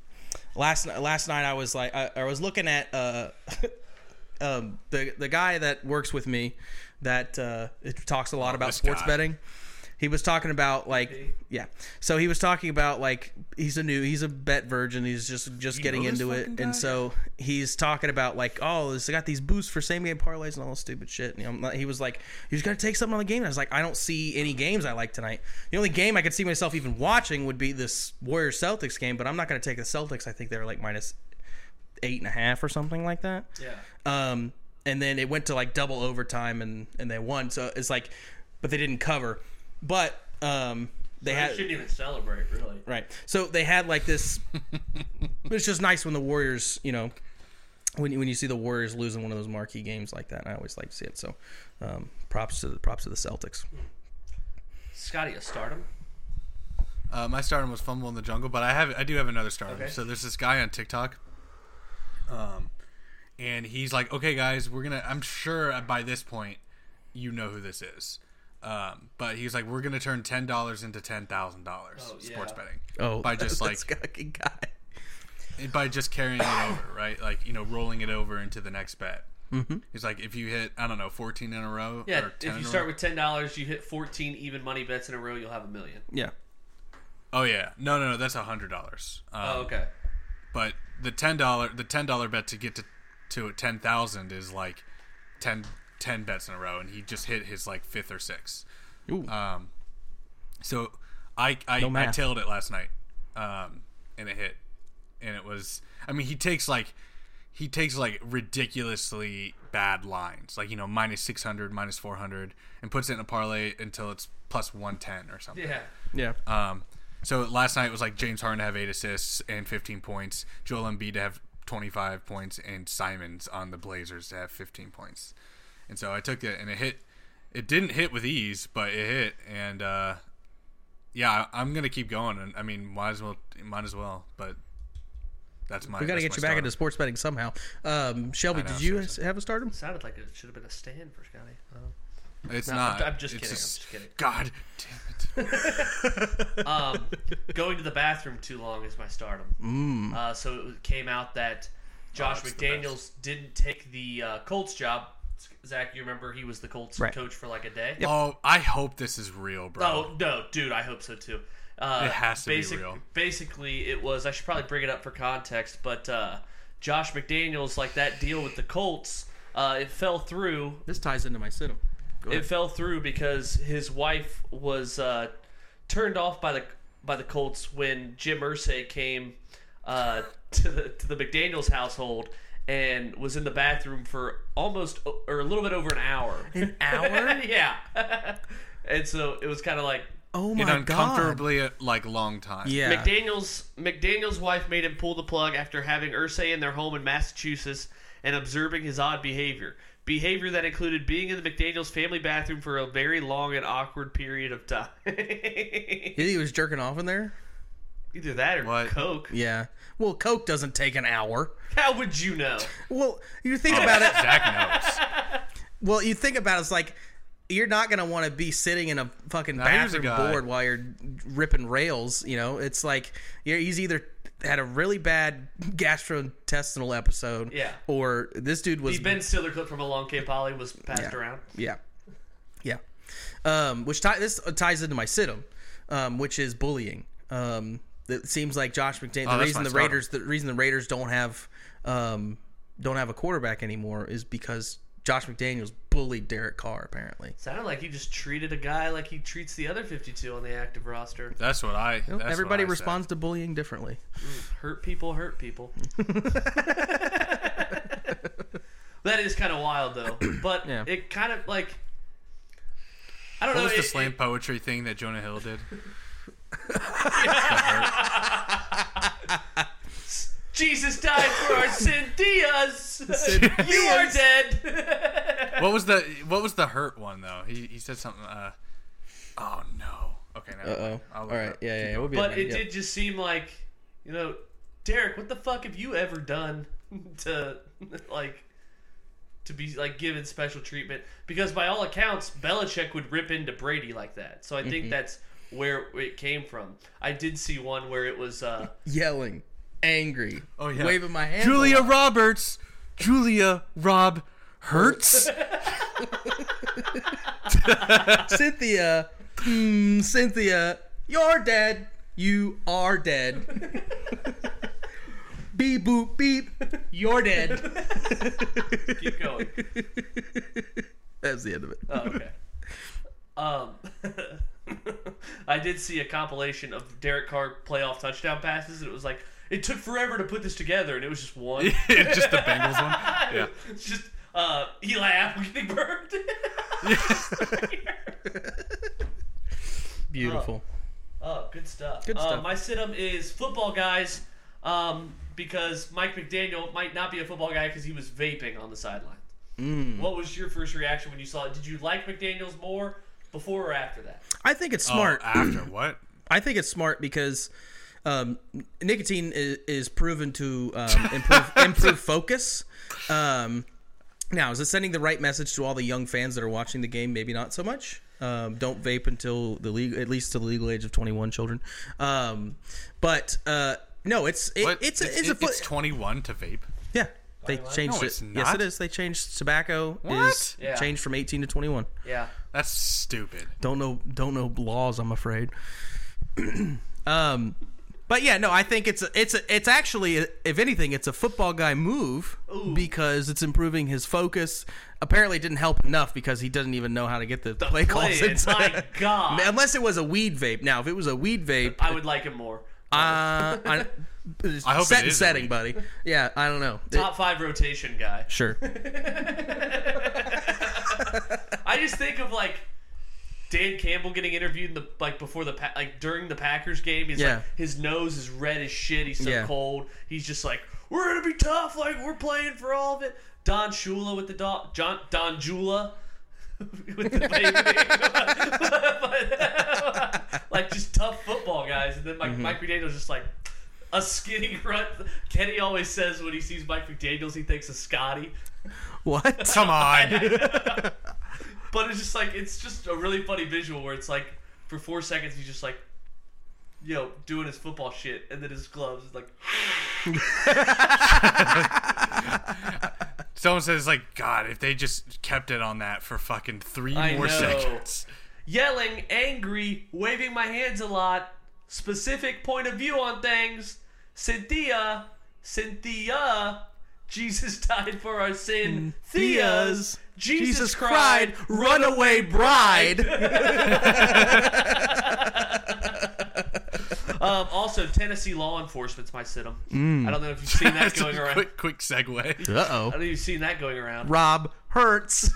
Speaker 3: last ni- last night I was like, I, I was looking at uh, <laughs> um, the the guy that works with me that uh, it talks a lot about
Speaker 2: this
Speaker 3: sports
Speaker 2: guy.
Speaker 3: betting. He was talking about like
Speaker 1: Okay.
Speaker 3: yeah. So he was talking about like he's a new he's a bet virgin. He's just just getting
Speaker 2: know this
Speaker 3: into it,
Speaker 2: fucking guy?
Speaker 3: and so he's talking about like oh this I got these boosts for same game parlays and all this stupid shit. And, you know, he was like you just got to take something on the game. And I was like I don't see any games I like tonight. The only game I could see myself even watching would be this Warriors Celtics game, but I'm not going to take the Celtics. I think they're like minus eight and a half or something like that.
Speaker 1: Yeah.
Speaker 3: Um, and then it went to like double overtime and and they won. So it's like, but they didn't cover. But um, they
Speaker 1: I
Speaker 3: had
Speaker 1: shouldn't even celebrate, really.
Speaker 3: right. So they had like this. <laughs> it's just nice when the Warriors, you know, when you- when you see the Warriors losing one of those marquee games like that. I always like to see it. So um, props to the props to the Celtics.
Speaker 1: Scotty, a stardom.
Speaker 2: Uh, my stardom was Fumble in the Jungle, but I have I do have another stardom.
Speaker 1: Okay.
Speaker 2: So there's this guy on TikTok, um, and he's like, "Okay, guys, we're gonna. I'm sure by this point, you know who this is." Um, but he's like, "We're gonna turn ten dollars into ten thousand dollars
Speaker 1: Oh, yeah.
Speaker 2: sports betting."
Speaker 3: Oh,
Speaker 2: by just like
Speaker 3: this fucking guy.
Speaker 2: by just carrying it over, <coughs> right? Like you know, rolling it over into the next bet. Mm-hmm. He's like, if you hit, I don't know, fourteen in a row.
Speaker 1: Yeah,
Speaker 2: or 10
Speaker 1: if you
Speaker 2: in a
Speaker 1: start
Speaker 2: row-
Speaker 1: with ten dollars, you hit fourteen even money bets in a row, you'll have a million.
Speaker 3: Yeah.
Speaker 2: oh yeah, no, no, no, that's a hundred dollars. Um,
Speaker 1: Oh, okay.
Speaker 2: but the ten dollar the ten dollar bet to get to to ten thousand is like 10, 10 bets in a row, and he just hit his like fifth or sixth.
Speaker 3: Ooh.
Speaker 2: Um, so I I, I
Speaker 3: math.
Speaker 2: tailed it last night, um, and it hit, and it was I mean he takes like he takes like ridiculously bad lines like you know minus 600 minus 400 and puts it in a parlay until it's plus 110 or something
Speaker 1: Yeah.
Speaker 3: Yeah.
Speaker 2: um, so last night was like James Harden to have eight assists and 15 points, Joel Embiid to have 25 points, and Simons on the Blazers to have 15 points. And so I took it, and it hit. It didn't hit with ease, but it hit, and uh, yeah, I, I'm gonna keep going. And I mean, might as well, might as well. But that's my.
Speaker 3: we got to get you back into sports betting somehow. Um, Shelby,
Speaker 2: know,
Speaker 3: did you
Speaker 2: seriously.
Speaker 3: have a stardom?
Speaker 1: Sounded like it should have been a stand for Scotty. Oh.
Speaker 2: It's
Speaker 1: No,
Speaker 2: not.
Speaker 1: I'm- I'm just
Speaker 2: It's
Speaker 1: kidding, I'm just kidding.
Speaker 2: God
Speaker 3: <laughs>
Speaker 2: damn it.
Speaker 1: um, going to the bathroom too long is my stardom. Uh, so it came out that Josh
Speaker 2: Mm. Oh, that's the
Speaker 1: McDaniels didn't take the uh, Colts job. Zach, you remember he was the Colts
Speaker 3: Right.
Speaker 1: coach for like a day.
Speaker 2: Oh, I hope this is real, bro.
Speaker 1: Oh no, dude, I hope so too. Uh,
Speaker 2: It has to be
Speaker 1: basic-
Speaker 2: real.
Speaker 1: Basically, it was. I should probably bring it up for context, but uh, Josh McDaniels, like that deal with the Colts, uh, it fell through
Speaker 3: This ties into my situm.
Speaker 1: it fell through because his wife was uh, turned off by the by the Colts when Jim Irsay came uh, <laughs> to the to the McDaniel's household and was in the bathroom for almost o- or a little bit over an hour.
Speaker 3: An hour?
Speaker 1: <laughs> yeah. and so it was kind of like
Speaker 3: Oh
Speaker 2: An
Speaker 3: my god.
Speaker 2: uncomfortably like long time.
Speaker 3: Yeah.
Speaker 1: McDaniel's McDaniel's wife made him pull the plug after having Ursay in their home in Massachusetts and observing his odd behavior. Behavior that included being in the McDaniel's family bathroom for a <laughs> very long and awkward period of time.
Speaker 3: He was jerking off in there.
Speaker 1: Either that or
Speaker 2: What?
Speaker 1: Coke.
Speaker 3: Yeah. Well, Coke doesn't take an hour.
Speaker 1: How would you
Speaker 3: <laughs>
Speaker 1: know?
Speaker 3: Well, you think
Speaker 2: Oh.
Speaker 3: about it.
Speaker 2: Zach knows.
Speaker 3: Well, you think about it, it's like you're not gonna want to be sitting in a fucking
Speaker 2: here's a
Speaker 3: bathroom
Speaker 2: guy.
Speaker 3: board while you're ripping rails. You know, it's like you're, he's either had a really bad gastrointestinal episode,
Speaker 1: Yeah.
Speaker 3: or this dude was
Speaker 1: The Ben Stiller clip from Along Came Polly was passed around.
Speaker 3: Yeah, yeah. Um, which tie, this ties into my situm, um, which is bullying. Um, it seems like Josh McDaniel.
Speaker 2: Oh,
Speaker 3: the
Speaker 2: that's
Speaker 3: reason the
Speaker 2: my situm.
Speaker 3: Raiders, the reason the Raiders don't have um, don't have a quarterback anymore is because Josh McDaniels bullied Derek Carr. Apparently,
Speaker 1: Sounded like he just treated a guy like he treats the other 52 on the active roster.
Speaker 2: That's what I. that's what
Speaker 3: everybody
Speaker 2: I said.
Speaker 3: responds to bullying differently.
Speaker 1: Hurt people, hurt people. <laughs> that is kind of wild, though. But
Speaker 3: Yeah.
Speaker 1: it kind of like. I don't
Speaker 2: What
Speaker 1: know.
Speaker 2: was the
Speaker 1: it-
Speaker 2: slam poetry thing that Jonah Hill did?
Speaker 1: Jesus died for our Cynthia's. you are dead.
Speaker 2: What was the What was the hurt one though? He, he said something. Uh, oh no. Okay. Now,
Speaker 3: Uh oh. All right. Yeah, yeah. yeah. We'll be
Speaker 1: but
Speaker 3: fine.
Speaker 1: it
Speaker 3: Yeah.
Speaker 1: did just seem like, you know, Derek, what the fuck have you ever done <laughs> to like to be like given special treatment? Because by all accounts, Belichick would rip into Brady like that. So I
Speaker 3: Mm-hmm.
Speaker 1: think that's where it came from. I did see one where it was
Speaker 3: <laughs>
Speaker 1: uh
Speaker 3: yelling, angry.
Speaker 2: Oh yeah.
Speaker 3: Waving my hand.
Speaker 2: Julia
Speaker 3: a lot.
Speaker 2: Roberts. Julia Rob
Speaker 1: <laughs>
Speaker 2: Hurts.
Speaker 3: Cynthia. mm, Cynthia, you're dead. You are
Speaker 1: <laughs>
Speaker 3: dead. beep boop beep. You're dead.
Speaker 1: <laughs> keep going.
Speaker 3: That's the end of it.
Speaker 2: Uh,
Speaker 1: Oh, okay. Um, <laughs> I did see a compilation of Derek Carr playoff touchdown passes, and it was like it took forever to put this together, and it was just one.
Speaker 2: <laughs>
Speaker 3: <laughs>
Speaker 2: Just the Bengals one. Yeah.
Speaker 1: It's <laughs> just uh, Eli Apple getting
Speaker 3: <laughs>
Speaker 1: burned.
Speaker 3: Beautiful.
Speaker 1: <laughs> oh, good stuff.
Speaker 3: Good
Speaker 1: Uh,
Speaker 3: stuff.
Speaker 1: my sit-up is football guys, um, because Mike McDaniel might not be a football guy because he was vaping on the sideline.
Speaker 3: Mm.
Speaker 1: What was your first reaction when you saw it? Did you like McDaniel's more before or after that?
Speaker 3: I think it's
Speaker 2: Oh,
Speaker 3: smart.
Speaker 2: after what?
Speaker 3: I think it's smart because um, nicotine is, is proven to um, improve improve focus. Um, now, is it sending the right message to all the young fans that are watching the game? Maybe not so much. Um, don't vape until the legal, at least to the legal age of twenty one, children. Um, but uh, no, it's it,
Speaker 2: What?
Speaker 3: it's a, it's, a
Speaker 2: it-
Speaker 3: foot.
Speaker 2: it's 21 to vape.
Speaker 3: yeah, they changed
Speaker 2: No,
Speaker 3: it.
Speaker 2: it's
Speaker 3: Yes,
Speaker 2: not.
Speaker 3: it is. They changed tobacco is
Speaker 2: What?
Speaker 1: Yeah.
Speaker 3: changed from eighteen to twenty one.
Speaker 1: Yeah.
Speaker 2: That's stupid.
Speaker 3: don't know don't know laws i'm afraid <clears throat> um but yeah no i think it's a, it's a, it's actually if anything it's a football guy move because it's improving his focus apparently it didn't help enough because he doesn't even know how to get the, play calls
Speaker 1: Play it.
Speaker 3: inside.
Speaker 1: My God.
Speaker 3: <laughs> unless it was a weed vape now if it was a weed vape
Speaker 1: I would like him more.
Speaker 3: uh, I,
Speaker 2: <laughs> I hope it
Speaker 3: set and
Speaker 2: is a
Speaker 3: setting
Speaker 2: weed.
Speaker 3: buddy yeah i don't know It-
Speaker 1: Top five rotation guy. <laughs>
Speaker 3: sure
Speaker 1: I just think of like Dan Campbell getting interviewed in the like before the Pa- like during the Packers game. He's
Speaker 3: Yeah.
Speaker 1: like his nose is red as shit. He's so
Speaker 3: Yeah.
Speaker 1: cold. He's just like we're gonna be tough. Like we're playing for all of it. Don Shula with the dog. John Don Jula. <laughs> with the <laughs> baby. <laughs> like just tough football guys, and then Mike,
Speaker 3: Mm-hmm.
Speaker 1: Mike McDaniel's just like a skinny <laughs> grunt. Kenny always says when he sees Mike McDaniel's, he thinks of Scotty.
Speaker 3: what
Speaker 1: <laughs>
Speaker 2: Come on.
Speaker 1: But it's just like it's just a really funny visual where it's like for four seconds he's just like, you know, doing his football shit, and then his gloves is like,
Speaker 2: Someone says like, God, if they just kept it on that for fucking three
Speaker 1: I
Speaker 2: more
Speaker 1: know.
Speaker 2: seconds.
Speaker 1: yelling, angry, waving my hands a lot, specific point of view on things. Cynthia, Cynthia, Jesus <laughs> died for our sin. Theas, Jesus, cried.
Speaker 3: runaway bride
Speaker 1: <laughs> Um, also, Tennessee law enforcement's my sit 'em. I don't know if you've seen that
Speaker 2: Mm. <laughs> That's
Speaker 1: going
Speaker 2: a
Speaker 1: around.
Speaker 2: quick, quick segue.
Speaker 3: uh-oh
Speaker 1: I don't know if you've seen that going around.
Speaker 3: rob
Speaker 1: <laughs>
Speaker 3: hurts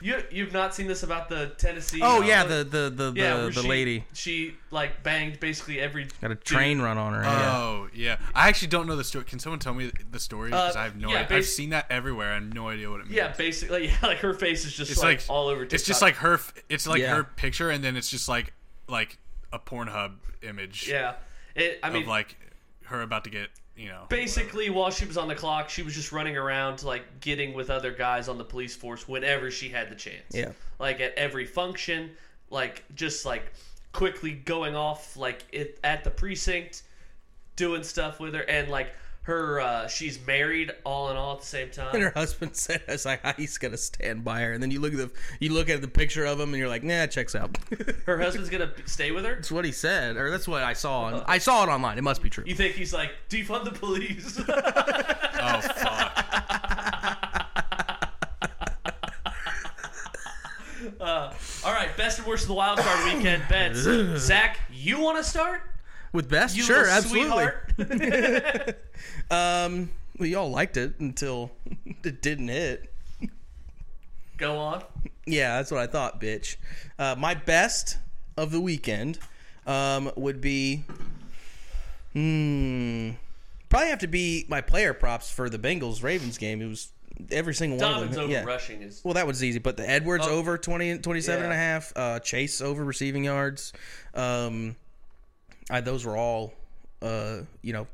Speaker 1: You you've not seen this about the Tennessee?
Speaker 3: Oh
Speaker 1: uh,
Speaker 3: yeah, the the the
Speaker 1: yeah,
Speaker 3: the,
Speaker 1: where
Speaker 3: the
Speaker 1: she-
Speaker 3: lady
Speaker 1: She like banged basically every
Speaker 3: got a train run on her. yeah.
Speaker 2: Oh yeah, I actually don't know the story. Can someone tell me the story? Because I have no
Speaker 1: Uh, yeah,
Speaker 2: idea. I've
Speaker 1: basi-
Speaker 2: seen that everywhere. I have no idea what it means.
Speaker 1: Yeah, basically, yeah, like <laughs> her face is just
Speaker 2: it's
Speaker 1: like,
Speaker 2: like
Speaker 1: all over. TikTok.
Speaker 2: It's just like her. f- It's like
Speaker 3: Yeah.
Speaker 2: her picture, and then it's just like like a Pornhub image
Speaker 1: Yeah. It, I mean,
Speaker 2: of like her about to get you know
Speaker 1: basically, while she was on the clock, she was just running around, like getting with other guys on the police force whenever she had the chance.
Speaker 3: Yeah.
Speaker 1: Like at every function, like just like quickly going off, like it, at the precinct, doing stuff with her, and like her, uh, she's married all in all at the same time.
Speaker 3: And her husband <laughs> said, "I was like, "Ah, he's gonna stand by her." And then you look at the you look at the picture of him, and you're like, "Nah, checks <laughs> out."
Speaker 1: her husband's gonna stay with her.
Speaker 3: that's what he said, or that's what I saw. On, I saw it online. It must be true.
Speaker 1: You think he's like defund the
Speaker 3: <laughs>
Speaker 1: police? <laughs>
Speaker 2: oh fuck
Speaker 1: All right, best and worst of the wild card
Speaker 3: <coughs>
Speaker 1: weekend bets. Zach, you want to start?
Speaker 3: With best,
Speaker 1: You
Speaker 3: sure,
Speaker 1: little
Speaker 3: absolutely.
Speaker 1: Sweetheart?
Speaker 3: <laughs> Um, well, y'all liked it until <laughs> it didn't hit.
Speaker 1: Go on.
Speaker 3: Yeah, that's what I thought, bitch. Uh, my best of the weekend um, would be, hmm, probably have to be my player props for the Bengals Ravens game. It was every single one of
Speaker 1: Dobbins
Speaker 3: them.
Speaker 1: over
Speaker 3: yeah.
Speaker 1: rushing is
Speaker 3: Well, that was easy, but the Edwards
Speaker 1: Oh.
Speaker 3: over 20, 27 and a
Speaker 1: Yeah.
Speaker 3: half, uh, Chase over receiving yards. Um, I, those were all, uh, you know,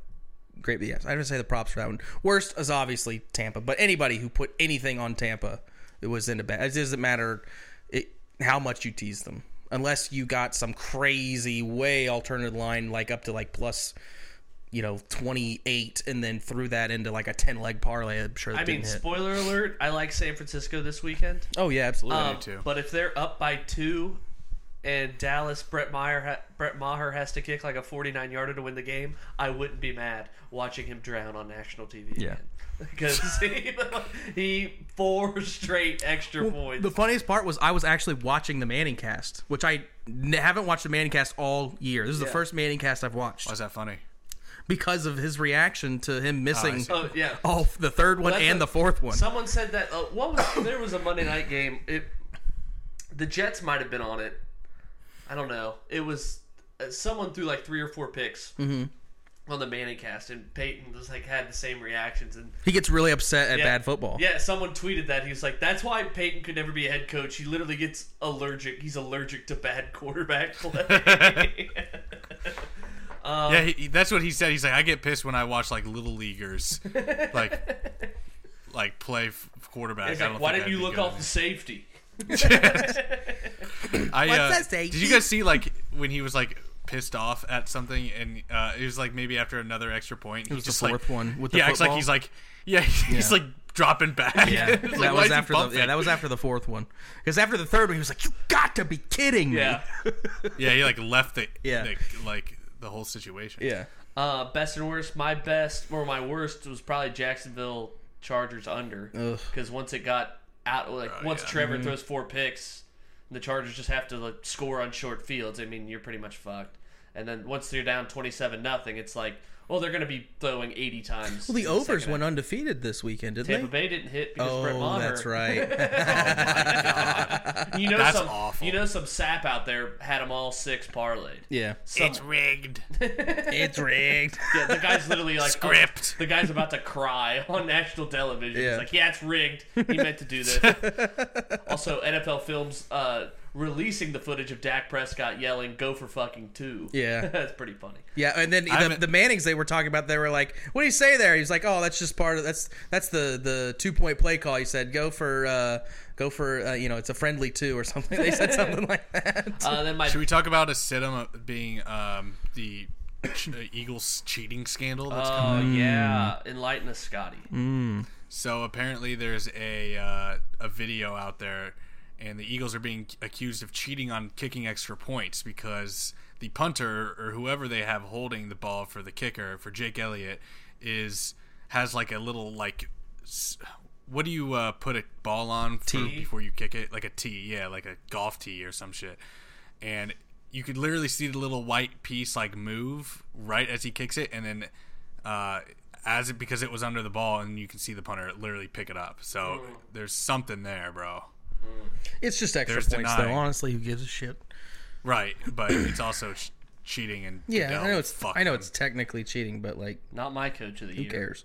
Speaker 3: great. Yes, I didn't say the props for that one. Worst is obviously Tampa, but anybody who put anything on Tampa, it was into bad. It doesn't matter it, how much you tease them, unless you got some crazy way alternative line like up to like plus. You know, twenty eight, and then threw that into like a ten leg parlay. I'm sure that
Speaker 1: I mean,
Speaker 3: didn't hit.
Speaker 1: spoiler alert. I like San Francisco this weekend,
Speaker 3: oh yeah, absolutely.
Speaker 1: Um,
Speaker 2: too.
Speaker 1: but if they're up by two, and Dallas Brett Meyer ha- Brett Maher has to kick like a 49 yarder to win the game, I wouldn't be mad watching him drown on national TV.
Speaker 3: Yeah.
Speaker 1: <laughs> because he, <laughs> he four straight extra points.
Speaker 3: The funniest part was I was actually watching the Manning cast, which I n- haven't watched the Manning cast all year. This is the
Speaker 1: Yeah.
Speaker 3: first Manning cast I've watched
Speaker 2: why is that funny
Speaker 3: because of his reaction to him missing
Speaker 2: see.
Speaker 1: oh yeah.
Speaker 3: all the third
Speaker 1: Well,
Speaker 3: one
Speaker 1: that's
Speaker 3: and
Speaker 1: a-
Speaker 3: the fourth one.
Speaker 1: Someone said that. Uh, what was there was a Monday night game. It the Jets might have been on it. I don't know. It was uh, someone threw like three or four picks on the Manning cast, and Peyton was like had the same reactions. And
Speaker 3: he gets really upset at
Speaker 1: yeah.
Speaker 3: bad football. <laughs>
Speaker 1: Yeah, someone tweeted that he was like, "That's why Peyton could never be a head coach. He literally gets allergic. He's allergic to bad <laughs> quarterback play." Um,
Speaker 2: yeah he, he- that's what he said he's like I get pissed when I watch like little
Speaker 1: <laughs>
Speaker 2: leaguers like like play f- quarterback
Speaker 1: It's
Speaker 2: I don't
Speaker 1: like, why
Speaker 2: think
Speaker 1: didn't you
Speaker 2: I'd
Speaker 1: look
Speaker 2: be good
Speaker 1: off
Speaker 2: at
Speaker 1: the
Speaker 2: it."
Speaker 1: safety?
Speaker 2: I, uh,
Speaker 3: that say?
Speaker 2: Did you guys see like when he was like pissed off at something and uh, it was like maybe after another extra point? It
Speaker 3: was the fourth one with the
Speaker 2: yeah, acts like
Speaker 3: football.
Speaker 2: he's like yeah <laughs> he's
Speaker 3: Yeah.
Speaker 2: like dropping back.
Speaker 1: Yeah.
Speaker 2: <laughs> It's
Speaker 3: that
Speaker 2: like, why
Speaker 3: was
Speaker 2: is he
Speaker 3: after the yeah,
Speaker 2: bumping?
Speaker 3: that was after the fourth one. Because after the third one, he was like, "You got to be kidding me!"
Speaker 1: <laughs> Yeah.
Speaker 2: yeah he like left the
Speaker 3: Yeah.
Speaker 2: the, like the whole situation.
Speaker 3: yeah.
Speaker 1: Uh, best and worst. My best or my worst was probably Jacksonville Chargers under because once it got out, like once
Speaker 2: Oh,
Speaker 3: Mm-hmm.
Speaker 2: yeah.
Speaker 1: Trevor throws four picks, the Chargers just have to like, score on short fields. I mean, you're pretty much fucked. And then once they're down twenty-seven nothing, it's like, well, they're going to be throwing eighty times.
Speaker 3: <laughs> Well, the
Speaker 1: in
Speaker 3: overs
Speaker 1: second
Speaker 3: went
Speaker 1: half.
Speaker 3: undefeated this weekend, didn't
Speaker 1: Tampa
Speaker 3: they?
Speaker 1: Bay didn't hit because Brett
Speaker 3: Oh,
Speaker 1: Maher. <laughs>
Speaker 3: that's right.
Speaker 1: You know
Speaker 2: That's
Speaker 1: some,
Speaker 2: awful.
Speaker 1: You know some sap out there had them all six parlayed.
Speaker 3: yeah,
Speaker 1: Some-
Speaker 2: It's rigged.
Speaker 3: it's rigged.
Speaker 1: Yeah, the guy's literally like
Speaker 2: Script.
Speaker 1: the guy's about to cry on national television.
Speaker 3: Yeah.
Speaker 1: He's like, "Yeah, it's rigged. He meant to do this."
Speaker 3: <laughs>
Speaker 1: also, NFL Films uh, releasing the footage of Dak Prescott yelling "Go for fucking two.
Speaker 3: Yeah.
Speaker 1: <laughs> that's pretty funny.
Speaker 3: Yeah, and then the,
Speaker 2: haven't-
Speaker 3: the Mannings they were talking about, they were like, "What do you say there?" He's like, "Oh, that's just part of that's that's the the two point play call." He said, "Go for uh, go for uh, you know, it's a friendly two or something." <laughs> They
Speaker 1: <laughs>
Speaker 3: said something like that.
Speaker 1: Uh, then my
Speaker 2: <laughs> Should we talk about a situm being um, the ch- uh, Eagles cheating scandal that's
Speaker 1: oh yeah, enlighten us, Scotty.
Speaker 3: Mm.
Speaker 2: So apparently, there's a uh, a video out there, and the Eagles are being accused of cheating on kicking extra points because the punter or whoever they have holding the ball for the kicker for Jake Elliott is has like a little like s- what do you uh, put a ball on for, before you kick it like a tee yeah like a golf tee or some shit and you could literally see the little white piece like move right as he kicks it and then uh, as it because it was under the ball and you can see the punter literally pick it up so there's something there bro
Speaker 3: It's just extra
Speaker 2: There's
Speaker 3: points,
Speaker 2: denying.
Speaker 3: though. Honestly, who gives a shit?
Speaker 2: right but it's also ch- cheating and
Speaker 3: Yeah,
Speaker 2: Goodell
Speaker 3: I know it's
Speaker 2: fucked
Speaker 3: I know
Speaker 2: him.
Speaker 3: it's technically cheating, but like,
Speaker 1: Not my coach of the
Speaker 3: who
Speaker 1: year.
Speaker 3: cares?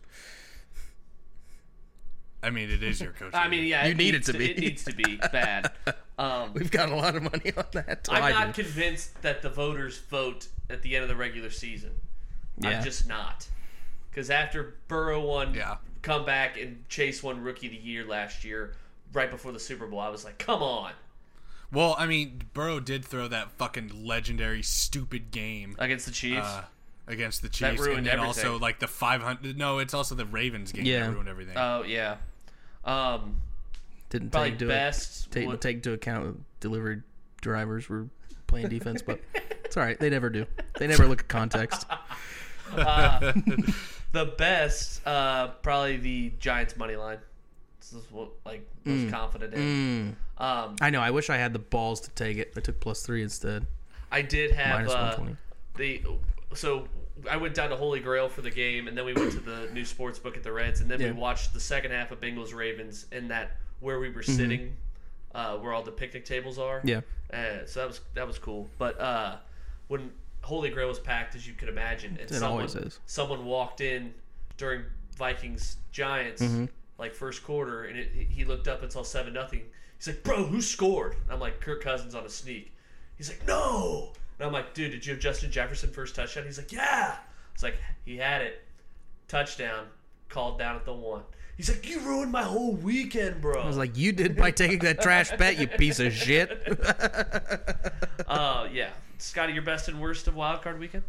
Speaker 2: I mean, it is your
Speaker 1: <laughs>
Speaker 2: coach.
Speaker 1: I mean, yeah,
Speaker 3: You need
Speaker 1: needs
Speaker 3: it to be.
Speaker 1: It needs to be
Speaker 3: <laughs>
Speaker 1: bad. Um,
Speaker 3: <laughs> We've got a lot of money on that.
Speaker 1: I'm
Speaker 3: I
Speaker 1: not
Speaker 3: do.
Speaker 1: convinced that the voters vote at the end of the regular season.
Speaker 3: Yeah.
Speaker 1: I'm just not. Because after Burrow won
Speaker 2: Yeah.
Speaker 1: comeback and Chase won Rookie of the Year last year, right before the Super Bowl, I was like, come on.
Speaker 2: well, I mean, Burrow did throw that fucking legendary stupid game
Speaker 1: Against the Chiefs.
Speaker 2: uh, against the Chiefs,
Speaker 1: ruined
Speaker 2: and then
Speaker 1: everything.
Speaker 2: also like the 500. No, it's also the Ravens game
Speaker 3: Yeah.
Speaker 2: that ruined everything.
Speaker 1: oh, yeah. Um,
Speaker 3: Didn't
Speaker 1: probably
Speaker 3: take into
Speaker 1: best.
Speaker 3: take,
Speaker 1: would-
Speaker 3: take into account delivered drivers were playing defense,
Speaker 1: <laughs>
Speaker 3: but it's all right. They never do. They never look at context.
Speaker 1: the best, uh, probably the Giants' money line. This is what like was confident in. Um,
Speaker 3: I know. I wish I had the balls to take it. I took plus three instead.
Speaker 1: I did have
Speaker 3: Minus
Speaker 1: uh,
Speaker 3: 120.
Speaker 1: the so I went down to Holy Grail for the game, and then we went to the new sports book at the Reds, and then
Speaker 3: Yeah.
Speaker 1: we watched the second half of Bengals Ravens in that where we were sitting, uh, where all the picnic tables are.
Speaker 3: Mm-hmm. Yeah.
Speaker 1: Uh, so that was that was cool. But uh, when Holy Grail was packed, as you could imagine, and
Speaker 3: It
Speaker 1: someone
Speaker 3: always is.
Speaker 1: someone walked in during Vikings Giants
Speaker 3: Mm-hmm.
Speaker 1: like first quarter, and it, he looked up and saw seven nothing. He's like, "Bro, who scored?" And I'm like, "Kirk Cousins on a sneak." He's like, "No," and I'm like, "Dude, did you have Justin Jefferson first touchdown?" He's like, "Yeah." It's like he had it, touchdown, called down at the one. He's like, "You ruined my whole weekend, bro."
Speaker 3: I was like, you did by taking that trash bet, you piece of shit.
Speaker 1: "Uh, yeah." Scotty, your best and worst of Wild Card Weekend.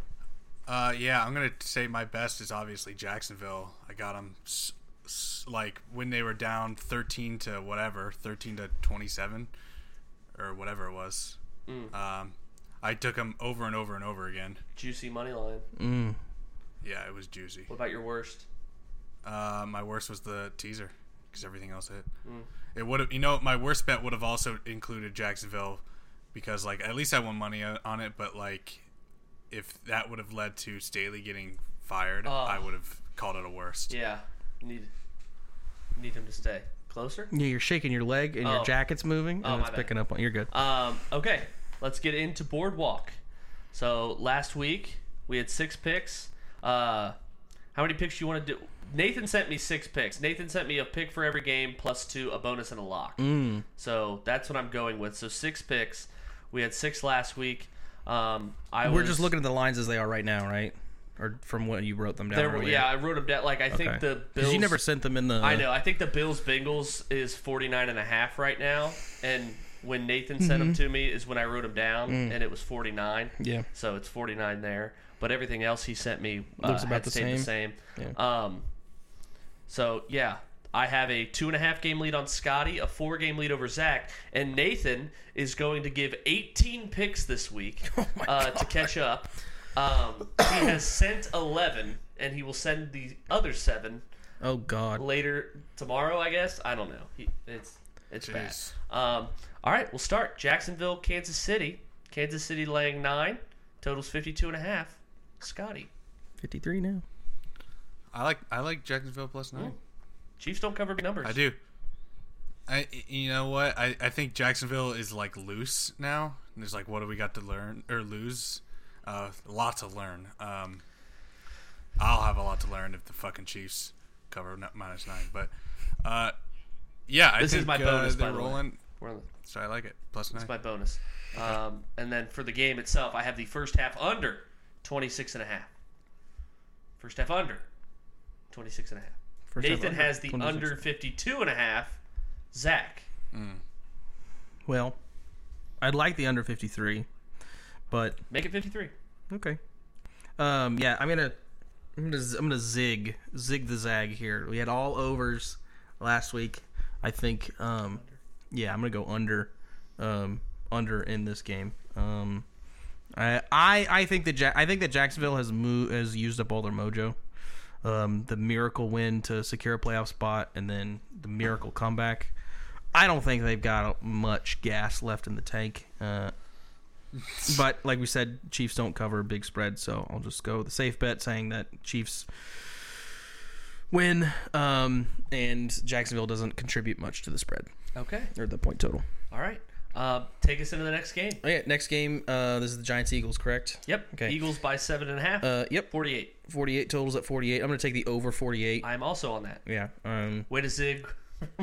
Speaker 2: Uh, yeah, I'm gonna say my best is obviously Jacksonville. I got them s- s- like when they were down 13 to whatever, 13 to 27, or whatever it was.
Speaker 1: Mm.
Speaker 2: Um, I took them over and over and over again.
Speaker 1: Juicy money line.
Speaker 2: Yeah, it was juicy.
Speaker 1: What about your worst?
Speaker 2: Uh, my worst was the teaser because everything else hit. It would have, you know, my worst bet would have also included Jacksonville because, like, at least I won money o- on it. But like, if that would have led to Staley getting fired, I would have called it a worst.
Speaker 1: Yeah, need need him to stay closer.
Speaker 3: <laughs> Yeah, you're shaking your leg and
Speaker 1: Oh.
Speaker 3: your jacket's moving and
Speaker 1: Oh,
Speaker 3: it's
Speaker 1: my bad.
Speaker 3: picking up on. You're good.
Speaker 1: Um, okay, let's get into boardwalk. So last week we had six picks. Uh, how many picks you want to do? Nathan sent me six picks. Nathan sent me a pick for every game, plus two, a bonus, and a lock.
Speaker 3: Mm.
Speaker 1: So that's what I'm going with. So six picks. We had six last week. Um, I
Speaker 3: We're
Speaker 1: was-
Speaker 3: just looking at the lines as they are right now, right? Or from what you wrote them down.
Speaker 1: There were,
Speaker 3: earlier.
Speaker 1: yeah, I wrote them down. Like I think
Speaker 3: Okay.
Speaker 1: the
Speaker 3: 'Cause
Speaker 1: Bills.
Speaker 3: you never sent them in the.
Speaker 1: I know. I think the Bills Bengals is 49 and a half right now. And when Nathan sent them to me is when I wrote them down, and it was 49.
Speaker 3: Mm. Yeah.
Speaker 1: So it's 49 there. But everything else he sent me uh,
Speaker 3: Looks about
Speaker 1: had
Speaker 3: the
Speaker 1: stayed the same. Um, so, yeah. I have a two and a half game lead on Scotty, a four game lead over Zach, and Nathan is going to give 18 picks this
Speaker 3: <laughs>
Speaker 1: week
Speaker 3: Oh
Speaker 1: uh, to catch up. Um, he has sent 11, and he will send the other seven
Speaker 3: Oh God.
Speaker 1: later tomorrow, I guess. I don't know. He, it's it's
Speaker 2: Jeez.
Speaker 1: bad. Um, all right, we'll start. Jacksonville, Kansas City. Kansas City laying nine. Totals 52 and a half. Scotty.
Speaker 3: Fifty-three now.
Speaker 2: I like I like Jacksonville plus nine.
Speaker 1: Chiefs don't cover big numbers.
Speaker 2: I do. I you know what I, I think Jacksonville is like loose now. And there's like what do we got to learn or lose? Uh, a lot to learn. Um, I'll have a lot to learn if the fucking Chiefs cover n- minus nine. But uh, yeah, I
Speaker 1: This is
Speaker 2: think
Speaker 1: my
Speaker 2: uh,
Speaker 1: bonus, by
Speaker 2: they're
Speaker 1: the way.
Speaker 2: rolling.
Speaker 1: We're on the-
Speaker 2: So I like it plus nine.
Speaker 1: That's my bonus. Um, and then for the game itself, I have the first half under 26 and a half. First half under 26 and a half.
Speaker 3: First half
Speaker 1: Nathan
Speaker 3: under,
Speaker 1: has the
Speaker 3: 26.
Speaker 1: under 52 and a half. Zach.
Speaker 3: Well, I'd like the under fifty-three, but
Speaker 1: Make it 53.
Speaker 3: Okay. Um. Yeah. I'm gonna. I'm gonna. I'm gonna zig zig the zag here. We had all overs last week. I think. Um. Yeah. I'm gonna go under. Um. Under in this game. Um. I I, I think that ja- I think that Jacksonville has mo- has used up all their mojo. Um. The miracle win to secure a playoff spot, and then the miracle comeback. I don't think they've got much gas left in the tank. Uh, but like we said, Chiefs don't cover a big spread, so I'll just go with the safe bet saying that Chiefs win, um, and Jacksonville doesn't contribute much to the spread
Speaker 1: Okay.
Speaker 3: or the point total.
Speaker 1: All right. Um, take us into the next game.
Speaker 3: Okay, next game. Uh, this is the Giants Eagles, correct?
Speaker 1: Yep.
Speaker 3: Okay.
Speaker 1: Eagles by seven and a half.
Speaker 3: Uh, yep.
Speaker 1: 48.
Speaker 3: Forty-eight totals at forty-eight. I'm gonna take the over forty-eight.
Speaker 1: I'm also on that.
Speaker 3: yeah. Um.
Speaker 1: Way to zig, <laughs>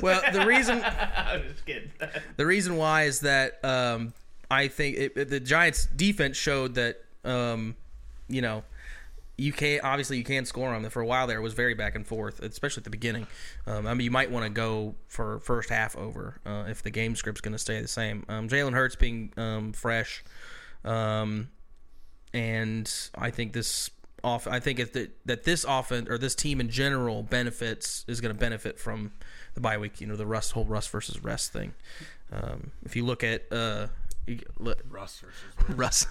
Speaker 3: Well, the reason
Speaker 1: I'm just <laughs> kidding.
Speaker 3: The reason why is that um, I think it, it- the Giants' defense showed that um, you know you can obviously you can score on them. For a while there, it was very back and forth, especially at the beginning. Um, I mean, you might want to go for first half over uh, if the game script's going to stay the same. Um, Jalen Hurts being um, fresh, um, and I think this off. I think if the, that this offense or this team in general benefits is going to benefit from the bye week. You know, the rust whole rust versus rest thing. Um, if you look at uh, you- look,
Speaker 2: Russ versus
Speaker 3: Russ.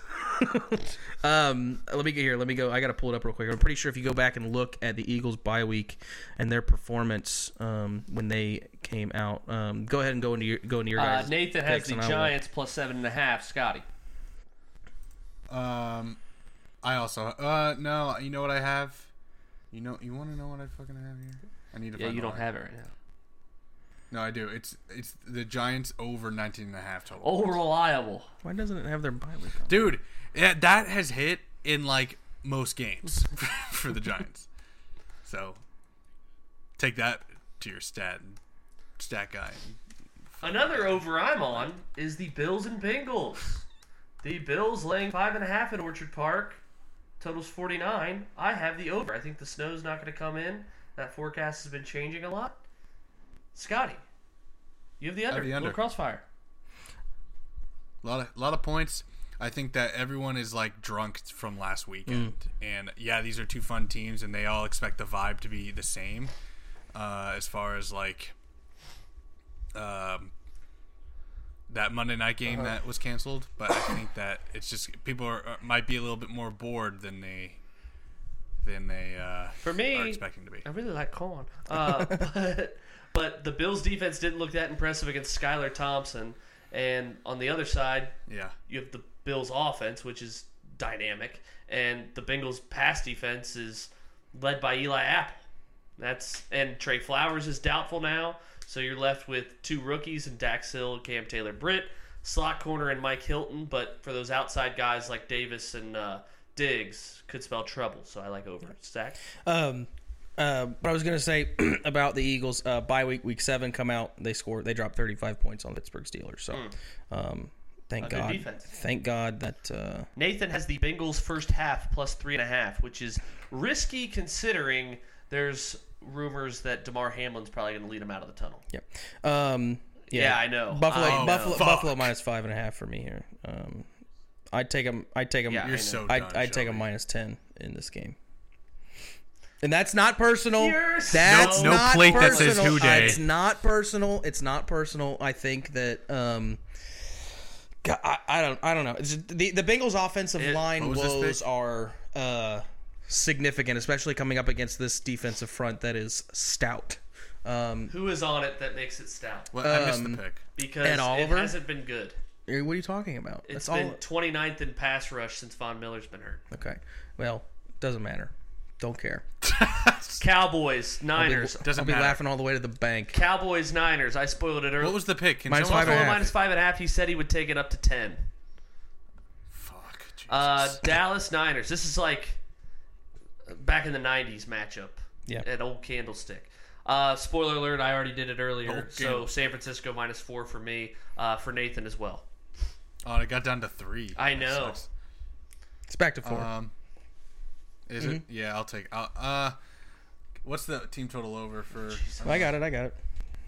Speaker 3: <laughs> um, let me get here. Let me go. I got to pull it up real quick. I'm pretty sure if you go back and look at the Eagles bye week and their performance um, when they came out, um, go ahead and go into your go into your
Speaker 1: Uh,
Speaker 3: guys.
Speaker 1: Nathan has
Speaker 3: picks
Speaker 1: the
Speaker 3: and I will-
Speaker 1: Giants plus seven and a half. Scotty.
Speaker 2: Um, I also uh no. You know what I have? You know you want to know what I fucking have here? I need to.
Speaker 1: Yeah,
Speaker 2: find
Speaker 1: you
Speaker 2: the
Speaker 1: don't
Speaker 2: line.
Speaker 1: have it right now.
Speaker 2: No, I do. It's it's the Giants over 19 and a half total.
Speaker 1: Oh, reliable.
Speaker 3: Why doesn't it have their bye week? On?
Speaker 2: Dude, yeah, that has hit in like most games <laughs> for the Giants. So take that to your stat stat guy.
Speaker 1: Another over I'm on is the Bills and Bengals. The Bills laying five and a half in Orchard Park. Totals 49. I have the over. I think the snow's not going to come in. That forecast has been changing a lot. Scotty, you have the under.
Speaker 2: have the under.
Speaker 1: Little crossfire.
Speaker 2: A lot of lot of points. I think that everyone is like drunk from last weekend,
Speaker 1: Mm.
Speaker 2: and yeah, these are two fun teams, and they all expect the vibe to be the same, uh, as far as like, um, that Monday night game
Speaker 1: Uh-huh.
Speaker 2: that was canceled. But I think that it's just people are, are- might be a little bit more bored than they than they uh,
Speaker 1: For me,
Speaker 2: are expecting to be.
Speaker 1: I really like corn. Uh, but, but the Bills defense didn't look that impressive against Skylar Thompson. And on the other side,
Speaker 2: Yeah,
Speaker 1: you have the Bills offense, which is dynamic, and the Bengals pass defense is led by Eli Apple. That's and Trey Flowers is doubtful now, so you're left with two rookies and Dax Hill, and Cam Taylor Britt, slot corner and Mike Hilton. But for those outside guys like Davis and uh, Diggs, could spell trouble. So I like over stack.
Speaker 3: Um, uh, what I was gonna say <clears throat> about the Eagles uh, bye week week seven come out they score they dropped 35 points on the Pittsburgh Steelers so um, thank
Speaker 1: Hmm. good
Speaker 3: God
Speaker 1: defense.
Speaker 3: thank God that uh,
Speaker 1: Nathan has the Bengals first half plus three and a half, which is risky considering there's rumors that Demar Hamlin's probably going to lead him out of the tunnel.
Speaker 3: yeah um, yeah,
Speaker 1: Yeah, I know.
Speaker 3: Buffalo
Speaker 1: I know.
Speaker 3: Buffalo
Speaker 2: Oh, Fuck.
Speaker 3: Buffalo minus five and a half for me here um, I'd take them I'd take them
Speaker 1: Yeah,
Speaker 2: you're
Speaker 1: I know.
Speaker 2: so.
Speaker 3: I'd,
Speaker 2: done,
Speaker 3: I'd take a
Speaker 2: Shelby.
Speaker 3: minus 10 in this game and that's not personal.
Speaker 1: You're so-
Speaker 3: That's
Speaker 1: No- no
Speaker 3: not
Speaker 2: plate that
Speaker 3: personal. Uh,
Speaker 2: says who day.
Speaker 3: It's not personal. It's not personal. I think that um, God, I, I don't I don't know. It's just- the the Bengals offensive line
Speaker 2: what was
Speaker 3: woes
Speaker 2: this pick?
Speaker 3: are uh, significant, especially coming up against this defensive front that is stout. Um,
Speaker 1: Who is on it that makes it stout?
Speaker 2: Well, I missed
Speaker 1: um,
Speaker 2: the pick.
Speaker 1: Because
Speaker 3: Ed Oliver?
Speaker 1: it hasn't been good.
Speaker 3: eh, what are you talking about?
Speaker 1: It's
Speaker 3: That's
Speaker 1: been
Speaker 3: all.
Speaker 1: 29th in pass rush since Von Miller's been hurt.
Speaker 3: Okay. Well, doesn't matter. Don't care.
Speaker 1: Cowboys, Niners.
Speaker 2: Doesn't
Speaker 3: I'll be
Speaker 2: matter.
Speaker 3: laughing all the way to the bank.
Speaker 1: Cowboys, Niners. I spoiled it earlier.
Speaker 2: What was the pick? Can
Speaker 3: Minus
Speaker 2: someone
Speaker 3: five and a
Speaker 2: call-
Speaker 3: half.
Speaker 1: minus five and a half? He said he would take it up to 10.
Speaker 2: Fuck. Jesus.
Speaker 1: Uh, Dallas, Niners. This is like back in the 90s matchup
Speaker 3: Yeah.
Speaker 1: at Old Candlestick. Uh, spoiler alert, I already did it earlier.
Speaker 2: Old
Speaker 1: so
Speaker 2: Candlestick.
Speaker 1: San Francisco minus four for me, uh, for Nathan as well.
Speaker 2: oh, it got down to three.
Speaker 1: I
Speaker 2: That
Speaker 1: know.
Speaker 2: sucks.
Speaker 3: It's back to four.
Speaker 1: Uh,
Speaker 2: Um, is
Speaker 3: Mm-hmm.
Speaker 2: it? Yeah, I'll take. I'll, uh, what's the team total over
Speaker 3: Oh,
Speaker 2: for
Speaker 3: I got it. I got it.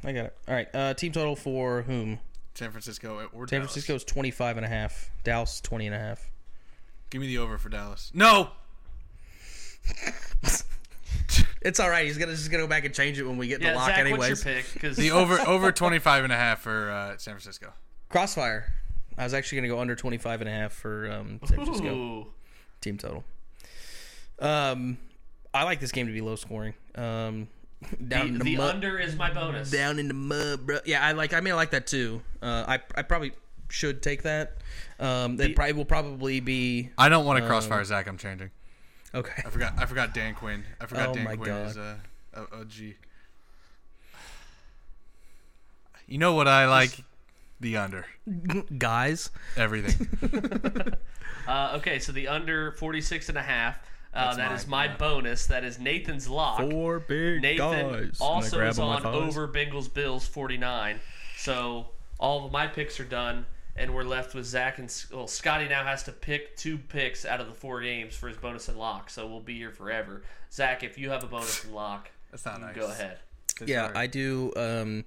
Speaker 3: I got it. All right. Uh, team total for whom?
Speaker 2: San Francisco or
Speaker 3: San Francisco is 25 and a half. Dallas 20 and a half.
Speaker 2: Give me the over for Dallas. No.
Speaker 3: It's all right. He's gonna just gonna go back and change it when we get
Speaker 1: Yeah,
Speaker 3: the lock
Speaker 1: Zach,
Speaker 3: anyways.
Speaker 1: what's your pick? Because
Speaker 3: <laughs>
Speaker 2: The over over 25 and a half for uh, San Francisco.
Speaker 3: Crossfire. I was actually gonna go under 25 and a half for um, San Francisco
Speaker 1: Ooh.
Speaker 3: team total. Um, I like this game to be low scoring. Um, down in
Speaker 1: The,
Speaker 3: the,
Speaker 1: the
Speaker 3: mud.
Speaker 1: under is my bonus.
Speaker 3: down in the mud, bro. Yeah, I like. I mean, I like that too. Uh, I I probably should take that. Um, it probably will probably be
Speaker 2: I don't want to
Speaker 3: Oh.
Speaker 2: crossfire Zach. I'm changing.
Speaker 3: okay.
Speaker 2: I forgot. I forgot Dan Quinn. I forgot
Speaker 3: Oh
Speaker 2: Dan
Speaker 3: my
Speaker 2: Quinn
Speaker 3: God.
Speaker 2: is a, a, a G. You know what I like? The under.
Speaker 3: Guys,
Speaker 2: Everything.
Speaker 3: <laughs>
Speaker 1: Uh, okay, so the under 46 and a half. Uh, that
Speaker 2: mine,
Speaker 1: is my bonus. That is Nathan's lock.
Speaker 3: Four big
Speaker 1: Nathan
Speaker 3: guys. And I
Speaker 1: also
Speaker 3: grab
Speaker 1: is
Speaker 3: my
Speaker 1: on
Speaker 3: thighs.
Speaker 1: over Bengals Bills 49. So all of my picks are done, and we're left with Zach and S- well, Scotty now has to pick two picks out of the four games for his bonus and lock. So we'll be here forever. Zach, if you have a bonus and lock,
Speaker 2: <laughs> That's not nice.
Speaker 1: go ahead.
Speaker 3: Yeah, I do. Um,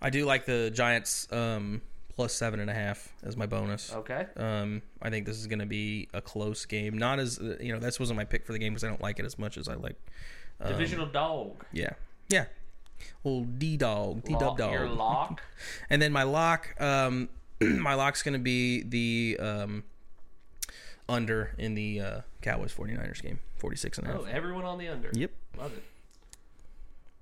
Speaker 3: I do like the Giants um, plus seven and a half as my bonus.
Speaker 1: Okay.
Speaker 3: Um, I think this is going to be a close game. Not as uh, you know, this wasn't my pick for the game because I don't like it as much as I like. Um,
Speaker 1: Divisional dog.
Speaker 3: Yeah, yeah. Old D dog, D dub
Speaker 1: Lock,
Speaker 3: dog.
Speaker 1: your
Speaker 3: <laughs>
Speaker 1: lock.
Speaker 3: And then my lock, um, <clears throat> my lock's going to be the um, under in the uh, Cowboys 49ers game, 46 and a half.
Speaker 1: Oh, everyone on the under.
Speaker 3: Yep.
Speaker 1: Love it.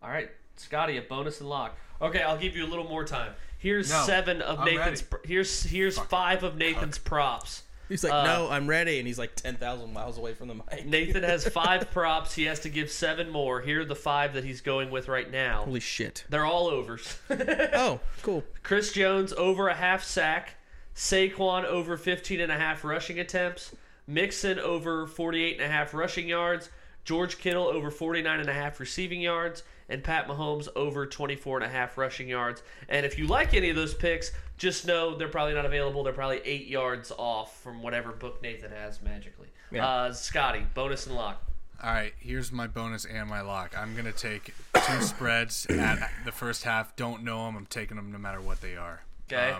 Speaker 1: All right, Scotty, a bonus and lock. Okay, I'll give you a little more time. Here's
Speaker 2: No,
Speaker 1: seven of
Speaker 2: I'm
Speaker 1: Nathan's.
Speaker 2: ready.
Speaker 1: Pr- here's here's five of Nathan's props.
Speaker 3: He's like, no, I'm ready, and he's like 10,000 miles away from the mic.
Speaker 1: Nathan has five <laughs> props. He has to give seven more. Here are the five that he's going with right now.
Speaker 3: Holy <laughs> shit.
Speaker 1: They're all overs. <laughs>
Speaker 3: Oh, cool.
Speaker 1: Chris Jones over a half sack. Saquon over 15 and a half rushing attempts. Mixon over 48 and a half rushing yards. George Kittle over 49 and a half receiving yards. And Pat Mahomes over 24 and a half rushing yards. And if you like any of those picks, just know they're probably not available. They're probably eight yards off from whatever book Nathan has magically. Uh, Scotty, bonus and lock.
Speaker 2: All right, here's my bonus and my lock. I'm gonna take two <coughs> spreads at the first half. Don't know them. I'm taking them no matter what they are. Um,
Speaker 1: Okay.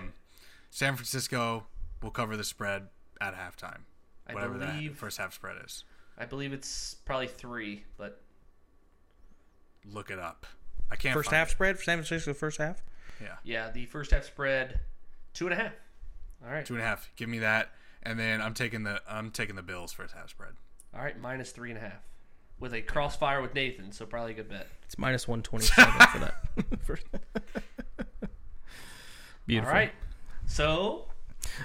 Speaker 2: San Francisco will cover the spread at halftime.
Speaker 1: I
Speaker 2: whatever
Speaker 1: believe-
Speaker 2: that first half spread is.
Speaker 1: I believe it's probably three, but
Speaker 2: Look it up. I can't.
Speaker 3: First
Speaker 2: find
Speaker 3: half
Speaker 2: it.
Speaker 3: spread for San Francisco, first half?
Speaker 2: Yeah.
Speaker 1: yeah, the first half spread, two and a half. All right.
Speaker 2: Two and a half. Give me that, and then I'm taking the I'm taking the Bills first half spread.
Speaker 1: All right, minus three and a half. With a crossfire with Nathan, so probably a good bet.
Speaker 3: It's minus 127 for <laughs> that. First-
Speaker 1: All
Speaker 3: Beautiful.
Speaker 1: right. So,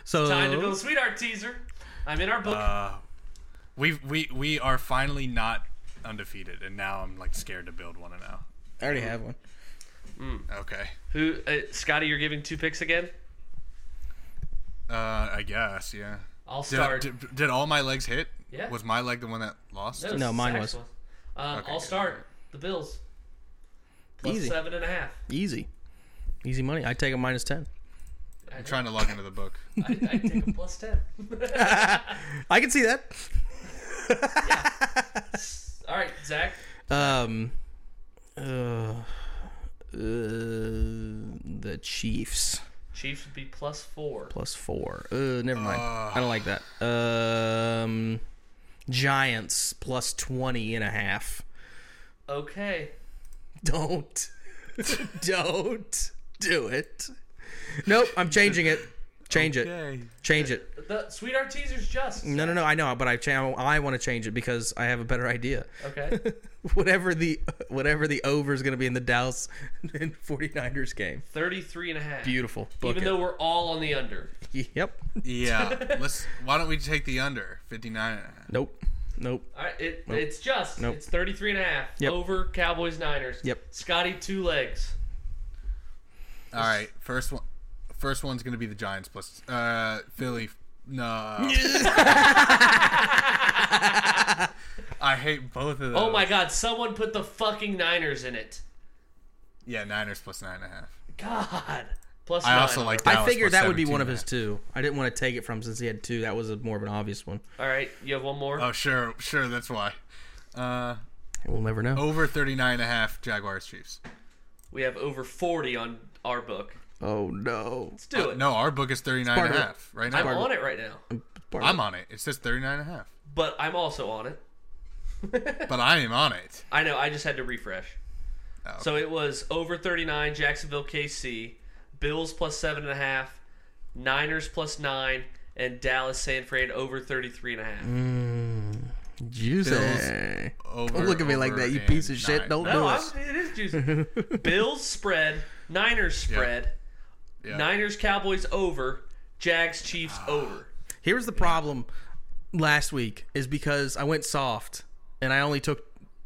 Speaker 3: So,
Speaker 1: time to build a sweetheart teaser. I'm in our book.
Speaker 2: Uh, We we we are finally not undefeated, and now I'm like scared to build one now.
Speaker 3: I already have one.
Speaker 2: Okay.
Speaker 1: Who, uh, Scotty, you're giving two picks again?
Speaker 2: Uh, I guess yeah.
Speaker 1: I'll
Speaker 2: Did, I-
Speaker 1: start.
Speaker 2: did, did all my legs hit?
Speaker 1: Yeah.
Speaker 2: Was my leg the one that lost?
Speaker 3: No, mine
Speaker 1: Zach's
Speaker 3: was.
Speaker 1: one. Um,
Speaker 2: Okay,
Speaker 1: I'll
Speaker 2: good.
Speaker 1: start. The Bills. Plus
Speaker 3: Easy.
Speaker 1: seven and a half.
Speaker 3: Easy. Easy money. I take a minus 10.
Speaker 1: I,
Speaker 2: I'm trying to log into the book.
Speaker 1: I, I
Speaker 3: <laughs>
Speaker 1: take a plus ten.
Speaker 3: I can see that.
Speaker 1: All right, Zach.
Speaker 3: Um, uh, uh, the Chiefs
Speaker 1: Chiefs would be plus four.
Speaker 3: plus four. Uh, never mind. I don't like that. Um, Giants plus 20 and a half. <laughs>
Speaker 1: Okay.
Speaker 3: Don't. <laughs> Don't do it. Nope, I'm changing it. Change it.
Speaker 2: Yay.
Speaker 3: Change it.
Speaker 1: The sweetheart teaser's just.
Speaker 3: No, no, no. I know, but I cha- I want to change it because I have a better idea. <laughs>
Speaker 1: Okay.
Speaker 3: Whatever the whatever the over is going to be in the Dallas <laughs> and 49ers game.
Speaker 1: 33 and a half.
Speaker 3: Beautiful. Book
Speaker 1: Even
Speaker 3: it.
Speaker 1: though we're all on the under.
Speaker 3: Yep. <laughs>
Speaker 2: Yeah. Let's. Why don't we take the under 59 and a half?
Speaker 3: Nope. Nope.
Speaker 1: All right, it, It's just.
Speaker 3: Nope.
Speaker 1: It's 33 and a half
Speaker 3: Yep.
Speaker 1: over Cowboys Niners.
Speaker 3: Yep.
Speaker 1: Scotty, two legs.
Speaker 2: All right. First one. First one's gonna be the Giants plus uh Philly.
Speaker 3: <laughs>
Speaker 2: No. I hate both of those.
Speaker 1: Oh my God, someone put the fucking Niners in it.
Speaker 2: Yeah, Niners plus nine and a half.
Speaker 1: God. Plus
Speaker 2: I
Speaker 1: nine.
Speaker 2: also like.
Speaker 3: I
Speaker 2: Dallas
Speaker 3: figured
Speaker 2: plus
Speaker 3: that would be
Speaker 2: 17
Speaker 3: one of
Speaker 2: and a
Speaker 3: his
Speaker 2: half.
Speaker 3: two. I didn't want to take it from since he had two. That was a, more of an obvious one.
Speaker 1: All right, you have one more.
Speaker 2: Oh sure, sure. That's why. Uh,
Speaker 3: We'll never know.
Speaker 2: over 39 and a half Jaguars Chiefs.
Speaker 1: We have over 40 on our book.
Speaker 3: Oh no.
Speaker 1: Let's do
Speaker 2: Uh,
Speaker 1: it.
Speaker 2: no, our book is 39
Speaker 3: Part
Speaker 2: and a
Speaker 3: of it.
Speaker 2: half right
Speaker 1: I'm
Speaker 2: now.
Speaker 1: on it right now,
Speaker 2: I'm on it. It says 39 and a half.
Speaker 1: but I'm also on it. <laughs>
Speaker 2: But I am on it.
Speaker 1: I know. I just had to refresh.
Speaker 2: Oh.
Speaker 1: So it was over 39, Jacksonville, KC, Bills plus seven and a half, Niners plus nine, and Dallas, San Fran over 33 and a half.
Speaker 3: Juicy.
Speaker 2: Bills Over,
Speaker 3: Don't look at me like
Speaker 2: over,
Speaker 3: that, you
Speaker 2: and
Speaker 3: piece of shit.
Speaker 2: nine.
Speaker 3: Don't
Speaker 1: No,
Speaker 3: do
Speaker 1: I'm,
Speaker 3: it.
Speaker 1: it is juicy. Bills spread, Niners spread,
Speaker 2: Yeah. Ah.
Speaker 1: Niners, Cowboys over, Jags, Chiefs over.
Speaker 3: Here's the problem last week is because I went soft and I only took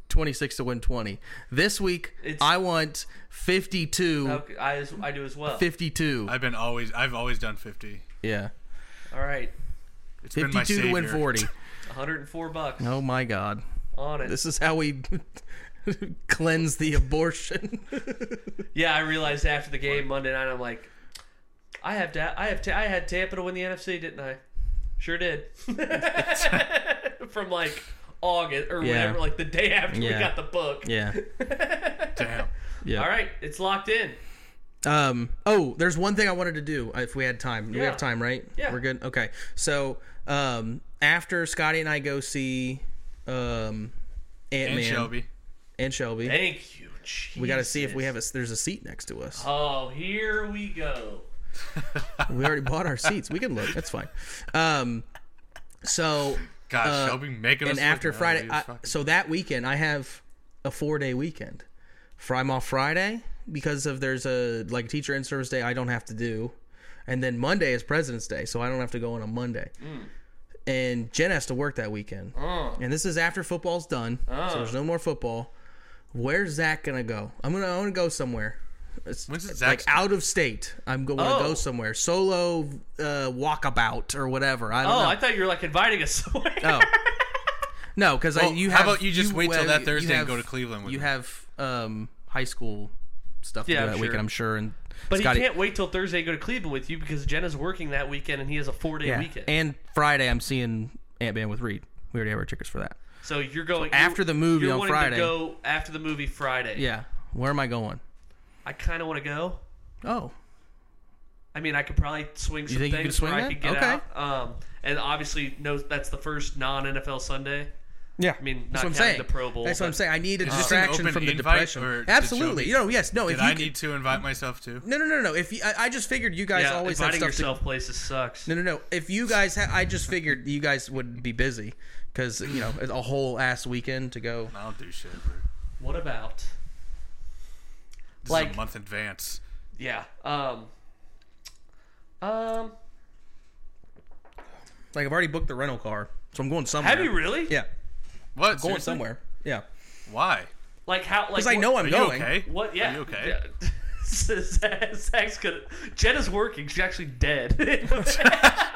Speaker 3: 26 to win 20. This week
Speaker 1: It's-
Speaker 3: I want 52
Speaker 1: Okay, I, as- I do as well.
Speaker 3: 52.
Speaker 2: I've been always. I've always done 50.
Speaker 3: yeah.
Speaker 1: All right.
Speaker 2: It's been my
Speaker 3: 52 to win
Speaker 2: savior.
Speaker 3: 40.
Speaker 1: 104 bucks
Speaker 3: Oh my god.
Speaker 1: on it.
Speaker 3: This is how we <laughs> cleanse the abortion.
Speaker 1: Yeah, I realized after the game Monday night, I'm like, I have da- I have ta- I had Tampa to win the NFC, didn't I? Sure did. <laughs> From like August or
Speaker 3: Yeah.
Speaker 1: whatever, like the day after we
Speaker 3: Yeah.
Speaker 1: got the book.
Speaker 3: <laughs> yeah. <laughs>
Speaker 2: Damn.
Speaker 3: Yeah.
Speaker 1: All right, it's locked in.
Speaker 3: Um. Oh, there's one thing I wanted to do. uh, If we had time, do we
Speaker 1: Yeah.
Speaker 3: have time? Right?
Speaker 1: Yeah.
Speaker 3: We're good. Okay. So, um, after Scotty and I go see, um, Ant
Speaker 2: And
Speaker 3: Man
Speaker 2: Shelby.
Speaker 3: and Shelby,
Speaker 1: Thank you.
Speaker 3: we got to see if we have
Speaker 1: Jesus.
Speaker 3: a. There's a seat next to us.
Speaker 1: Oh, here we go.
Speaker 3: We already bought our seats. We can look. That's fine. Um. So
Speaker 2: God,
Speaker 3: Uh,
Speaker 2: Shelby making us
Speaker 3: and
Speaker 2: look
Speaker 3: after
Speaker 2: bad.
Speaker 3: Friday,
Speaker 2: He's
Speaker 3: I,
Speaker 2: fucking-
Speaker 3: so that weekend I have a four day weekend. Fr- I'm off Friday because of there's a like teacher in service day I don't have to do, and then Monday is President's Day, so I don't have to go on a Monday. And Jen has to work that weekend, and this is after football's done, so there's no more football. Where's Zach gonna go? I'm gonna I wanna go somewhere. It's,
Speaker 2: When's
Speaker 3: it's like
Speaker 2: Zach's-
Speaker 3: out of state. I'm going to
Speaker 1: Oh.
Speaker 3: go somewhere solo uh, walkabout or whatever. I don't
Speaker 1: Oh,
Speaker 3: know.
Speaker 1: I thought you were like inviting us <laughs> somewhere.
Speaker 2: <laughs>
Speaker 3: Oh. No, because
Speaker 2: Well,
Speaker 3: you
Speaker 2: how
Speaker 3: have.
Speaker 2: about you just wait till
Speaker 3: well,
Speaker 2: that
Speaker 3: you
Speaker 2: Thursday and
Speaker 3: have-
Speaker 2: go to Cleveland with
Speaker 3: You
Speaker 2: me.
Speaker 3: have um, high school stuff to
Speaker 1: Yeah,
Speaker 3: do
Speaker 1: I'm
Speaker 3: that
Speaker 1: sure.
Speaker 3: weekend, I'm sure. And
Speaker 1: but
Speaker 3: Scotty-
Speaker 1: he can't wait till Thursday to go to Cleveland with you because Jenna's working that weekend and he has a four day
Speaker 3: yeah.
Speaker 1: weekend.
Speaker 3: And Friday, I'm seeing Ant Man with Reed. We already have our tickets for that.
Speaker 1: so you're going
Speaker 3: after
Speaker 1: you're-
Speaker 3: the movie
Speaker 1: you're
Speaker 3: on
Speaker 1: wanting
Speaker 3: Friday.
Speaker 1: To go after the movie Friday.
Speaker 3: Yeah. Where am I going?
Speaker 1: I kind of want to go.
Speaker 3: Oh,
Speaker 1: I mean, I could probably swing some
Speaker 3: think you
Speaker 1: things
Speaker 3: could swing
Speaker 1: where I
Speaker 3: that?
Speaker 1: could get
Speaker 3: Okay.
Speaker 1: out. Um, and obviously, no, that's the first non NFL Sunday.
Speaker 3: yeah.
Speaker 1: I mean,
Speaker 3: that's
Speaker 1: not
Speaker 3: what
Speaker 1: counting
Speaker 3: I'm saying.
Speaker 1: the Pro Bowl,
Speaker 3: That's what I'm
Speaker 1: but-
Speaker 3: saying. I need a
Speaker 2: this an
Speaker 3: distraction
Speaker 2: open
Speaker 3: from the
Speaker 2: invite, or
Speaker 3: depression.
Speaker 2: did
Speaker 3: Absolutely.
Speaker 2: Shelby-
Speaker 3: You know, yes. No. If
Speaker 2: Did
Speaker 3: you
Speaker 2: I
Speaker 3: could-
Speaker 2: need to invite myself too?
Speaker 3: No, no, no, no. If you, I, I just figured you guys
Speaker 1: Yeah,
Speaker 3: always have
Speaker 1: inviting
Speaker 3: stuff to
Speaker 1: yourself places sucks.
Speaker 3: No, no, no. If you guys, ha- I just figured you guys would be busy because you know a whole ass weekend to go.
Speaker 2: I'll do shit. Bro.
Speaker 1: What about?
Speaker 2: This
Speaker 1: Like-
Speaker 2: is a month in advance.
Speaker 1: Yeah. Um. Um.
Speaker 3: Like I've already booked the rental car, so I'm going somewhere.
Speaker 1: Have you really?
Speaker 3: Yeah,
Speaker 2: What?
Speaker 3: going
Speaker 2: Seriously?
Speaker 3: somewhere. Yeah,
Speaker 2: Why?
Speaker 1: Like how? Like
Speaker 3: because I know
Speaker 1: what,
Speaker 3: I'm
Speaker 2: Are you
Speaker 3: going.
Speaker 2: okay?
Speaker 1: What? Yeah.
Speaker 2: Are you okay?
Speaker 1: Yeah. <laughs> Zach's gonna. Jenna's working. She's actually
Speaker 3: <laughs>
Speaker 1: dead.
Speaker 2: <laughs>
Speaker 1: <laughs>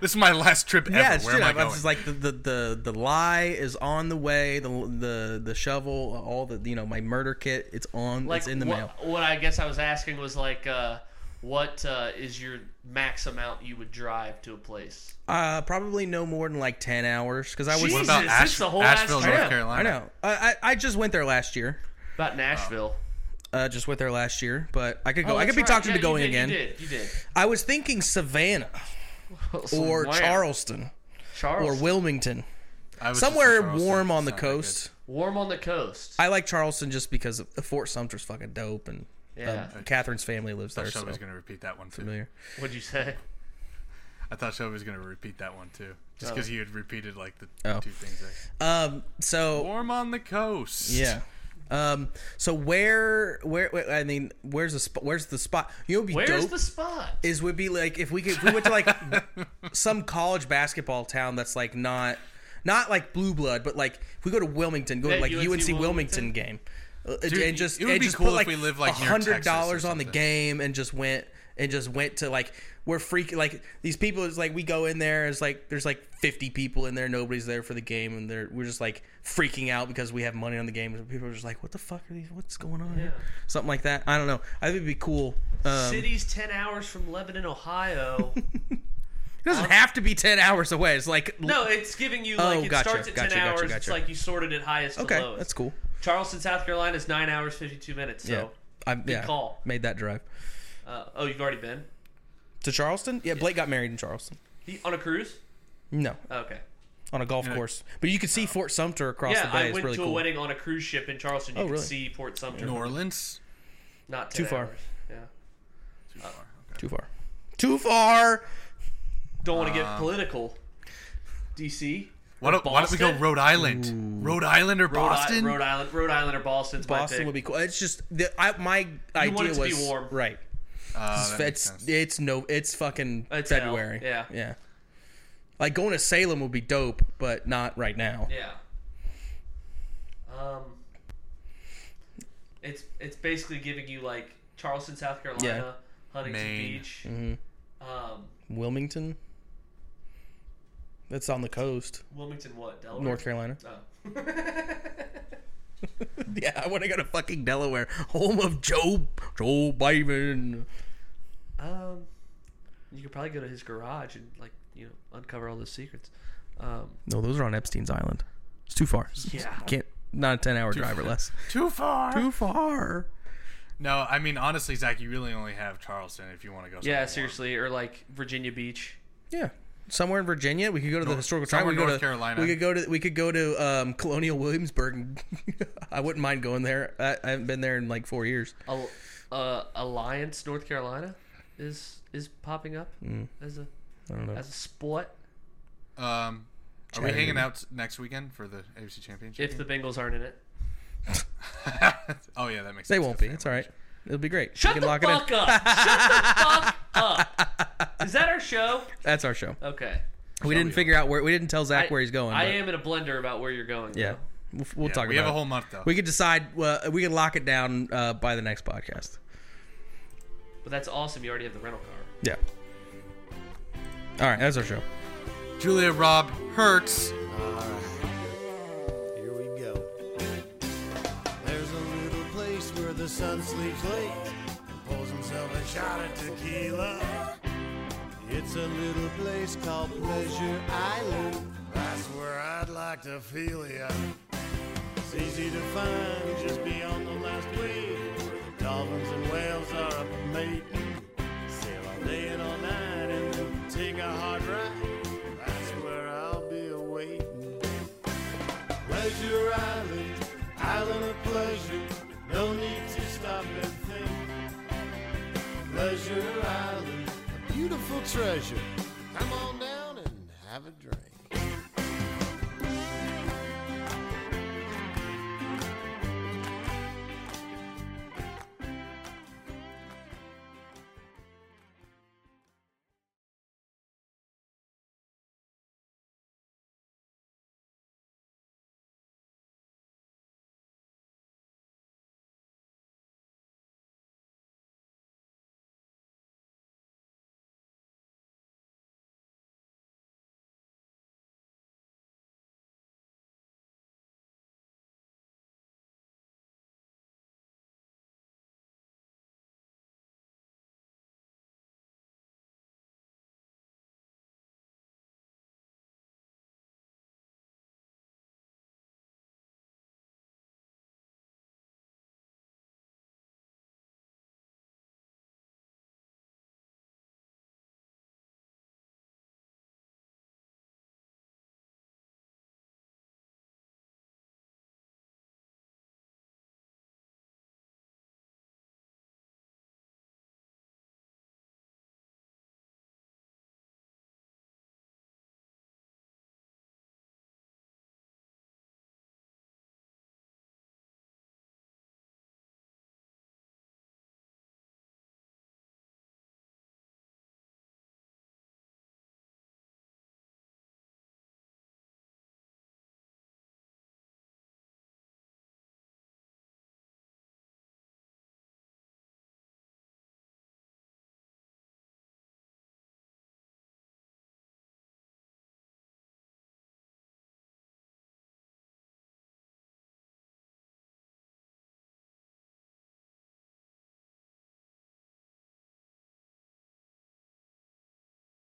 Speaker 2: This is my last trip ever.
Speaker 3: Yeah, it's
Speaker 2: Where
Speaker 3: shit.
Speaker 2: am I
Speaker 3: I'm
Speaker 2: going?
Speaker 3: just like the, the the the lie is on the way. The the the shovel, all the you know my murder kit. It's on.
Speaker 1: like
Speaker 3: it's in the
Speaker 1: what,
Speaker 3: mail.
Speaker 1: What I guess I was asking was like, uh, what uh, is your max amount you would drive to a place?
Speaker 3: Uh, probably no more than like ten hours because I was.
Speaker 2: what
Speaker 1: Jesus,
Speaker 2: about
Speaker 1: it's
Speaker 2: Ash-
Speaker 1: a whole ass
Speaker 2: Asheville,
Speaker 1: trip.
Speaker 2: North
Speaker 1: Yeah, I
Speaker 3: I
Speaker 2: Carolina?
Speaker 3: know. I, I I just went there last year.
Speaker 1: About Nashville.
Speaker 3: Uh, just went there last year, but I could go.
Speaker 1: Oh,
Speaker 3: I could
Speaker 1: that's
Speaker 3: be
Speaker 1: right.
Speaker 3: talked
Speaker 1: Yeah,
Speaker 3: into
Speaker 1: you
Speaker 3: going
Speaker 1: did,
Speaker 3: again.
Speaker 1: You did. You did.
Speaker 3: I was thinking Savannah or
Speaker 1: Wow.
Speaker 3: Charleston
Speaker 1: Charles.
Speaker 3: or Wilmington,
Speaker 2: I was just in
Speaker 3: somewhere
Speaker 2: Charleston.
Speaker 3: warm on the
Speaker 2: It's not that
Speaker 3: coast.
Speaker 1: Warm on the coast.
Speaker 3: I like Charleston just because of- Fort Sumter's fucking dope, and
Speaker 1: Yeah.
Speaker 3: um, Catherine's family lives
Speaker 2: good. I
Speaker 3: there. So
Speaker 2: thought Shelby was going to repeat that one too.
Speaker 3: familiar.
Speaker 1: What'd you say?
Speaker 2: I thought Shelby was going to repeat that one too. Just
Speaker 1: Oh.
Speaker 2: because you had repeated like the
Speaker 3: Oh.
Speaker 2: two things there.
Speaker 3: Um, so
Speaker 2: Warm on the coast.
Speaker 3: yeah. Um, so where, where, where- I mean, where's the spot? Where's the spot? You know, what'd be
Speaker 1: Where's
Speaker 3: dope
Speaker 1: the spot?
Speaker 3: <laughs> is would be like if we could, if we went to
Speaker 2: <laughs>
Speaker 3: like some college basketball town that's like not, not like blue blood, but like if we go to Wilmington, go
Speaker 1: That
Speaker 3: to like
Speaker 1: UNC
Speaker 3: UNC, Wilmington,
Speaker 1: Wilmington?
Speaker 3: game, uh,
Speaker 2: Dude,
Speaker 3: and just
Speaker 2: it would
Speaker 3: and
Speaker 2: be
Speaker 3: just
Speaker 2: cool
Speaker 3: put
Speaker 2: if
Speaker 3: like
Speaker 2: we lived, like, near
Speaker 3: hundred
Speaker 2: Texas
Speaker 3: dollars
Speaker 2: or
Speaker 3: on the
Speaker 2: something.
Speaker 3: game and just went and just went to like we're freaking like these people is like we go in there it's like there's like 50 people in there nobody's there for the game and they're we're just like freaking out because we have money on the game and people are just like what the fuck are these what's going on here?
Speaker 1: Yeah.
Speaker 3: something like that i don't know i think it'd be cool um,
Speaker 1: City's ten hours from Lebanon,
Speaker 3: <laughs>
Speaker 1: Ohio.
Speaker 3: It doesn't have to be ten hours away. It's like
Speaker 1: no, it's giving you
Speaker 3: Oh,
Speaker 1: like it
Speaker 3: gotcha,
Speaker 1: starts at
Speaker 3: gotcha,
Speaker 1: ten
Speaker 3: gotcha,
Speaker 1: hours. It's
Speaker 3: gotcha.
Speaker 1: like you sorted it highest
Speaker 3: okay,
Speaker 1: to lowest.
Speaker 3: that's cool.
Speaker 1: Charleston, South Carolina is nine hours fifty two minutes.
Speaker 3: Yeah,
Speaker 1: So,
Speaker 3: I yeah,
Speaker 1: call.
Speaker 3: made that drive
Speaker 1: uh, oh, you've already been
Speaker 3: to Charleston. Yeah, Blake got married in Charleston.
Speaker 1: He- on a cruise. Oh,
Speaker 3: No,
Speaker 1: Okay.
Speaker 3: on a golf course, but you could see Fort Sumter across
Speaker 1: Oh. Yeah,
Speaker 3: the bay.
Speaker 1: I
Speaker 3: it's
Speaker 1: went
Speaker 3: really
Speaker 1: to
Speaker 3: cool.
Speaker 1: a wedding on a cruise ship in Charleston. You
Speaker 3: Oh,
Speaker 1: could
Speaker 3: really?
Speaker 1: see Port Sumter.
Speaker 2: New Orleans.
Speaker 1: Not
Speaker 3: Too
Speaker 1: 10
Speaker 3: far.
Speaker 1: hours. Yeah.
Speaker 2: Too
Speaker 1: Uh,
Speaker 2: far. Okay.
Speaker 3: Too far. Too far.
Speaker 1: Don't want to
Speaker 3: Uh,
Speaker 1: get political. DC.
Speaker 2: Why don't, why don't we go
Speaker 1: Boston?
Speaker 2: Rhode Island? Rhode Island or
Speaker 1: Rhode I-
Speaker 2: Boston?
Speaker 1: Rhode Island, Rhode Island or Boston's my
Speaker 3: Boston
Speaker 1: pick.
Speaker 3: would be cool. It's just the, I, my idea
Speaker 1: want it to be
Speaker 3: was
Speaker 1: warm.
Speaker 3: right.
Speaker 2: Uh, that makes
Speaker 3: It's
Speaker 2: sense.
Speaker 3: it's no it's fucking
Speaker 1: It's hell,
Speaker 3: February.
Speaker 1: yeah.
Speaker 3: yeah. Like going to Salem would be dope, but not right now.
Speaker 1: Yeah. Um. It's it's basically giving you like Charleston, South
Speaker 3: Mm-hmm.
Speaker 1: Carolina, Huntington
Speaker 2: Maine.
Speaker 1: Beach. Um.
Speaker 3: Wilmington. That's on the coast,
Speaker 1: Wilmington, what? Delaware?
Speaker 3: North Carolina.
Speaker 1: Oh.
Speaker 3: <laughs> Yeah, I want to go to fucking Delaware, home of Joe Joe Biden.
Speaker 1: Um, you could probably go to his garage and like you know uncover all the secrets. Um,
Speaker 3: No, those are on Epstein's Island. It's too far.
Speaker 1: Yeah.
Speaker 3: can't not a ten hour drive or less.
Speaker 2: Too far.
Speaker 3: Too far.
Speaker 2: no, I mean honestly, Zach, you really only have Charleston if you want to go. somewhere
Speaker 1: yeah,
Speaker 2: warm.
Speaker 1: seriously, or like Virginia Beach.
Speaker 3: Yeah. Somewhere in Virginia, we could go to the historical site.
Speaker 2: somewhere
Speaker 3: We could go
Speaker 2: North
Speaker 3: to-
Speaker 2: Carolina.
Speaker 3: We could go to we could go to um, Colonial Williamsburg. and- <laughs> I wouldn't mind going there. I, I haven't been there in like four years.
Speaker 1: Al- uh, Alliance, North Carolina, is is popping up as a
Speaker 3: Mm. I don't know.
Speaker 1: as a sport
Speaker 2: Um, are we
Speaker 3: Chattanooga.
Speaker 2: hanging out next weekend for the AFC Championship?
Speaker 1: if the Bengals aren't in it.
Speaker 2: <laughs> oh yeah, that makes.
Speaker 3: They
Speaker 2: sense.
Speaker 3: won't be. It's all right. It'll be great.
Speaker 1: Shut
Speaker 3: we
Speaker 1: the
Speaker 3: can lock it in.
Speaker 1: fuck up! Shut the fuck up! Is that our show?
Speaker 3: That's our show.
Speaker 1: Okay.
Speaker 3: We didn't
Speaker 2: we
Speaker 3: figure out where we didn't tell Zach
Speaker 1: I-
Speaker 3: where he's going.
Speaker 1: I
Speaker 3: but-
Speaker 1: am in a blender about where you're going.
Speaker 3: Yeah,
Speaker 1: though.
Speaker 3: we'll, we'll
Speaker 2: Yeah,
Speaker 3: talk.
Speaker 2: we
Speaker 3: about
Speaker 2: have a
Speaker 3: it.
Speaker 2: whole month though.
Speaker 3: We could decide. Uh, we could lock it down uh, by the next podcast.
Speaker 1: But that's awesome. You already have the rental car.
Speaker 3: Yeah. All right, that's our show.
Speaker 2: Julia Rob Hurts.
Speaker 5: Here we go. There's a little place where the sun sleeps late and pulls himself a shot of tequila. It's a little place called Pleasure Island. That's where I'd like to feel ya. It's easy to find just beyond the last wave where the dolphins and whales are up mating. Sail all day and all night and then take a hard ride. That's where I'll be awaiting. Pleasure Island, island of pleasure. No need to stop and think. Pleasure Island, a beautiful treasure. Come on down and have a drink.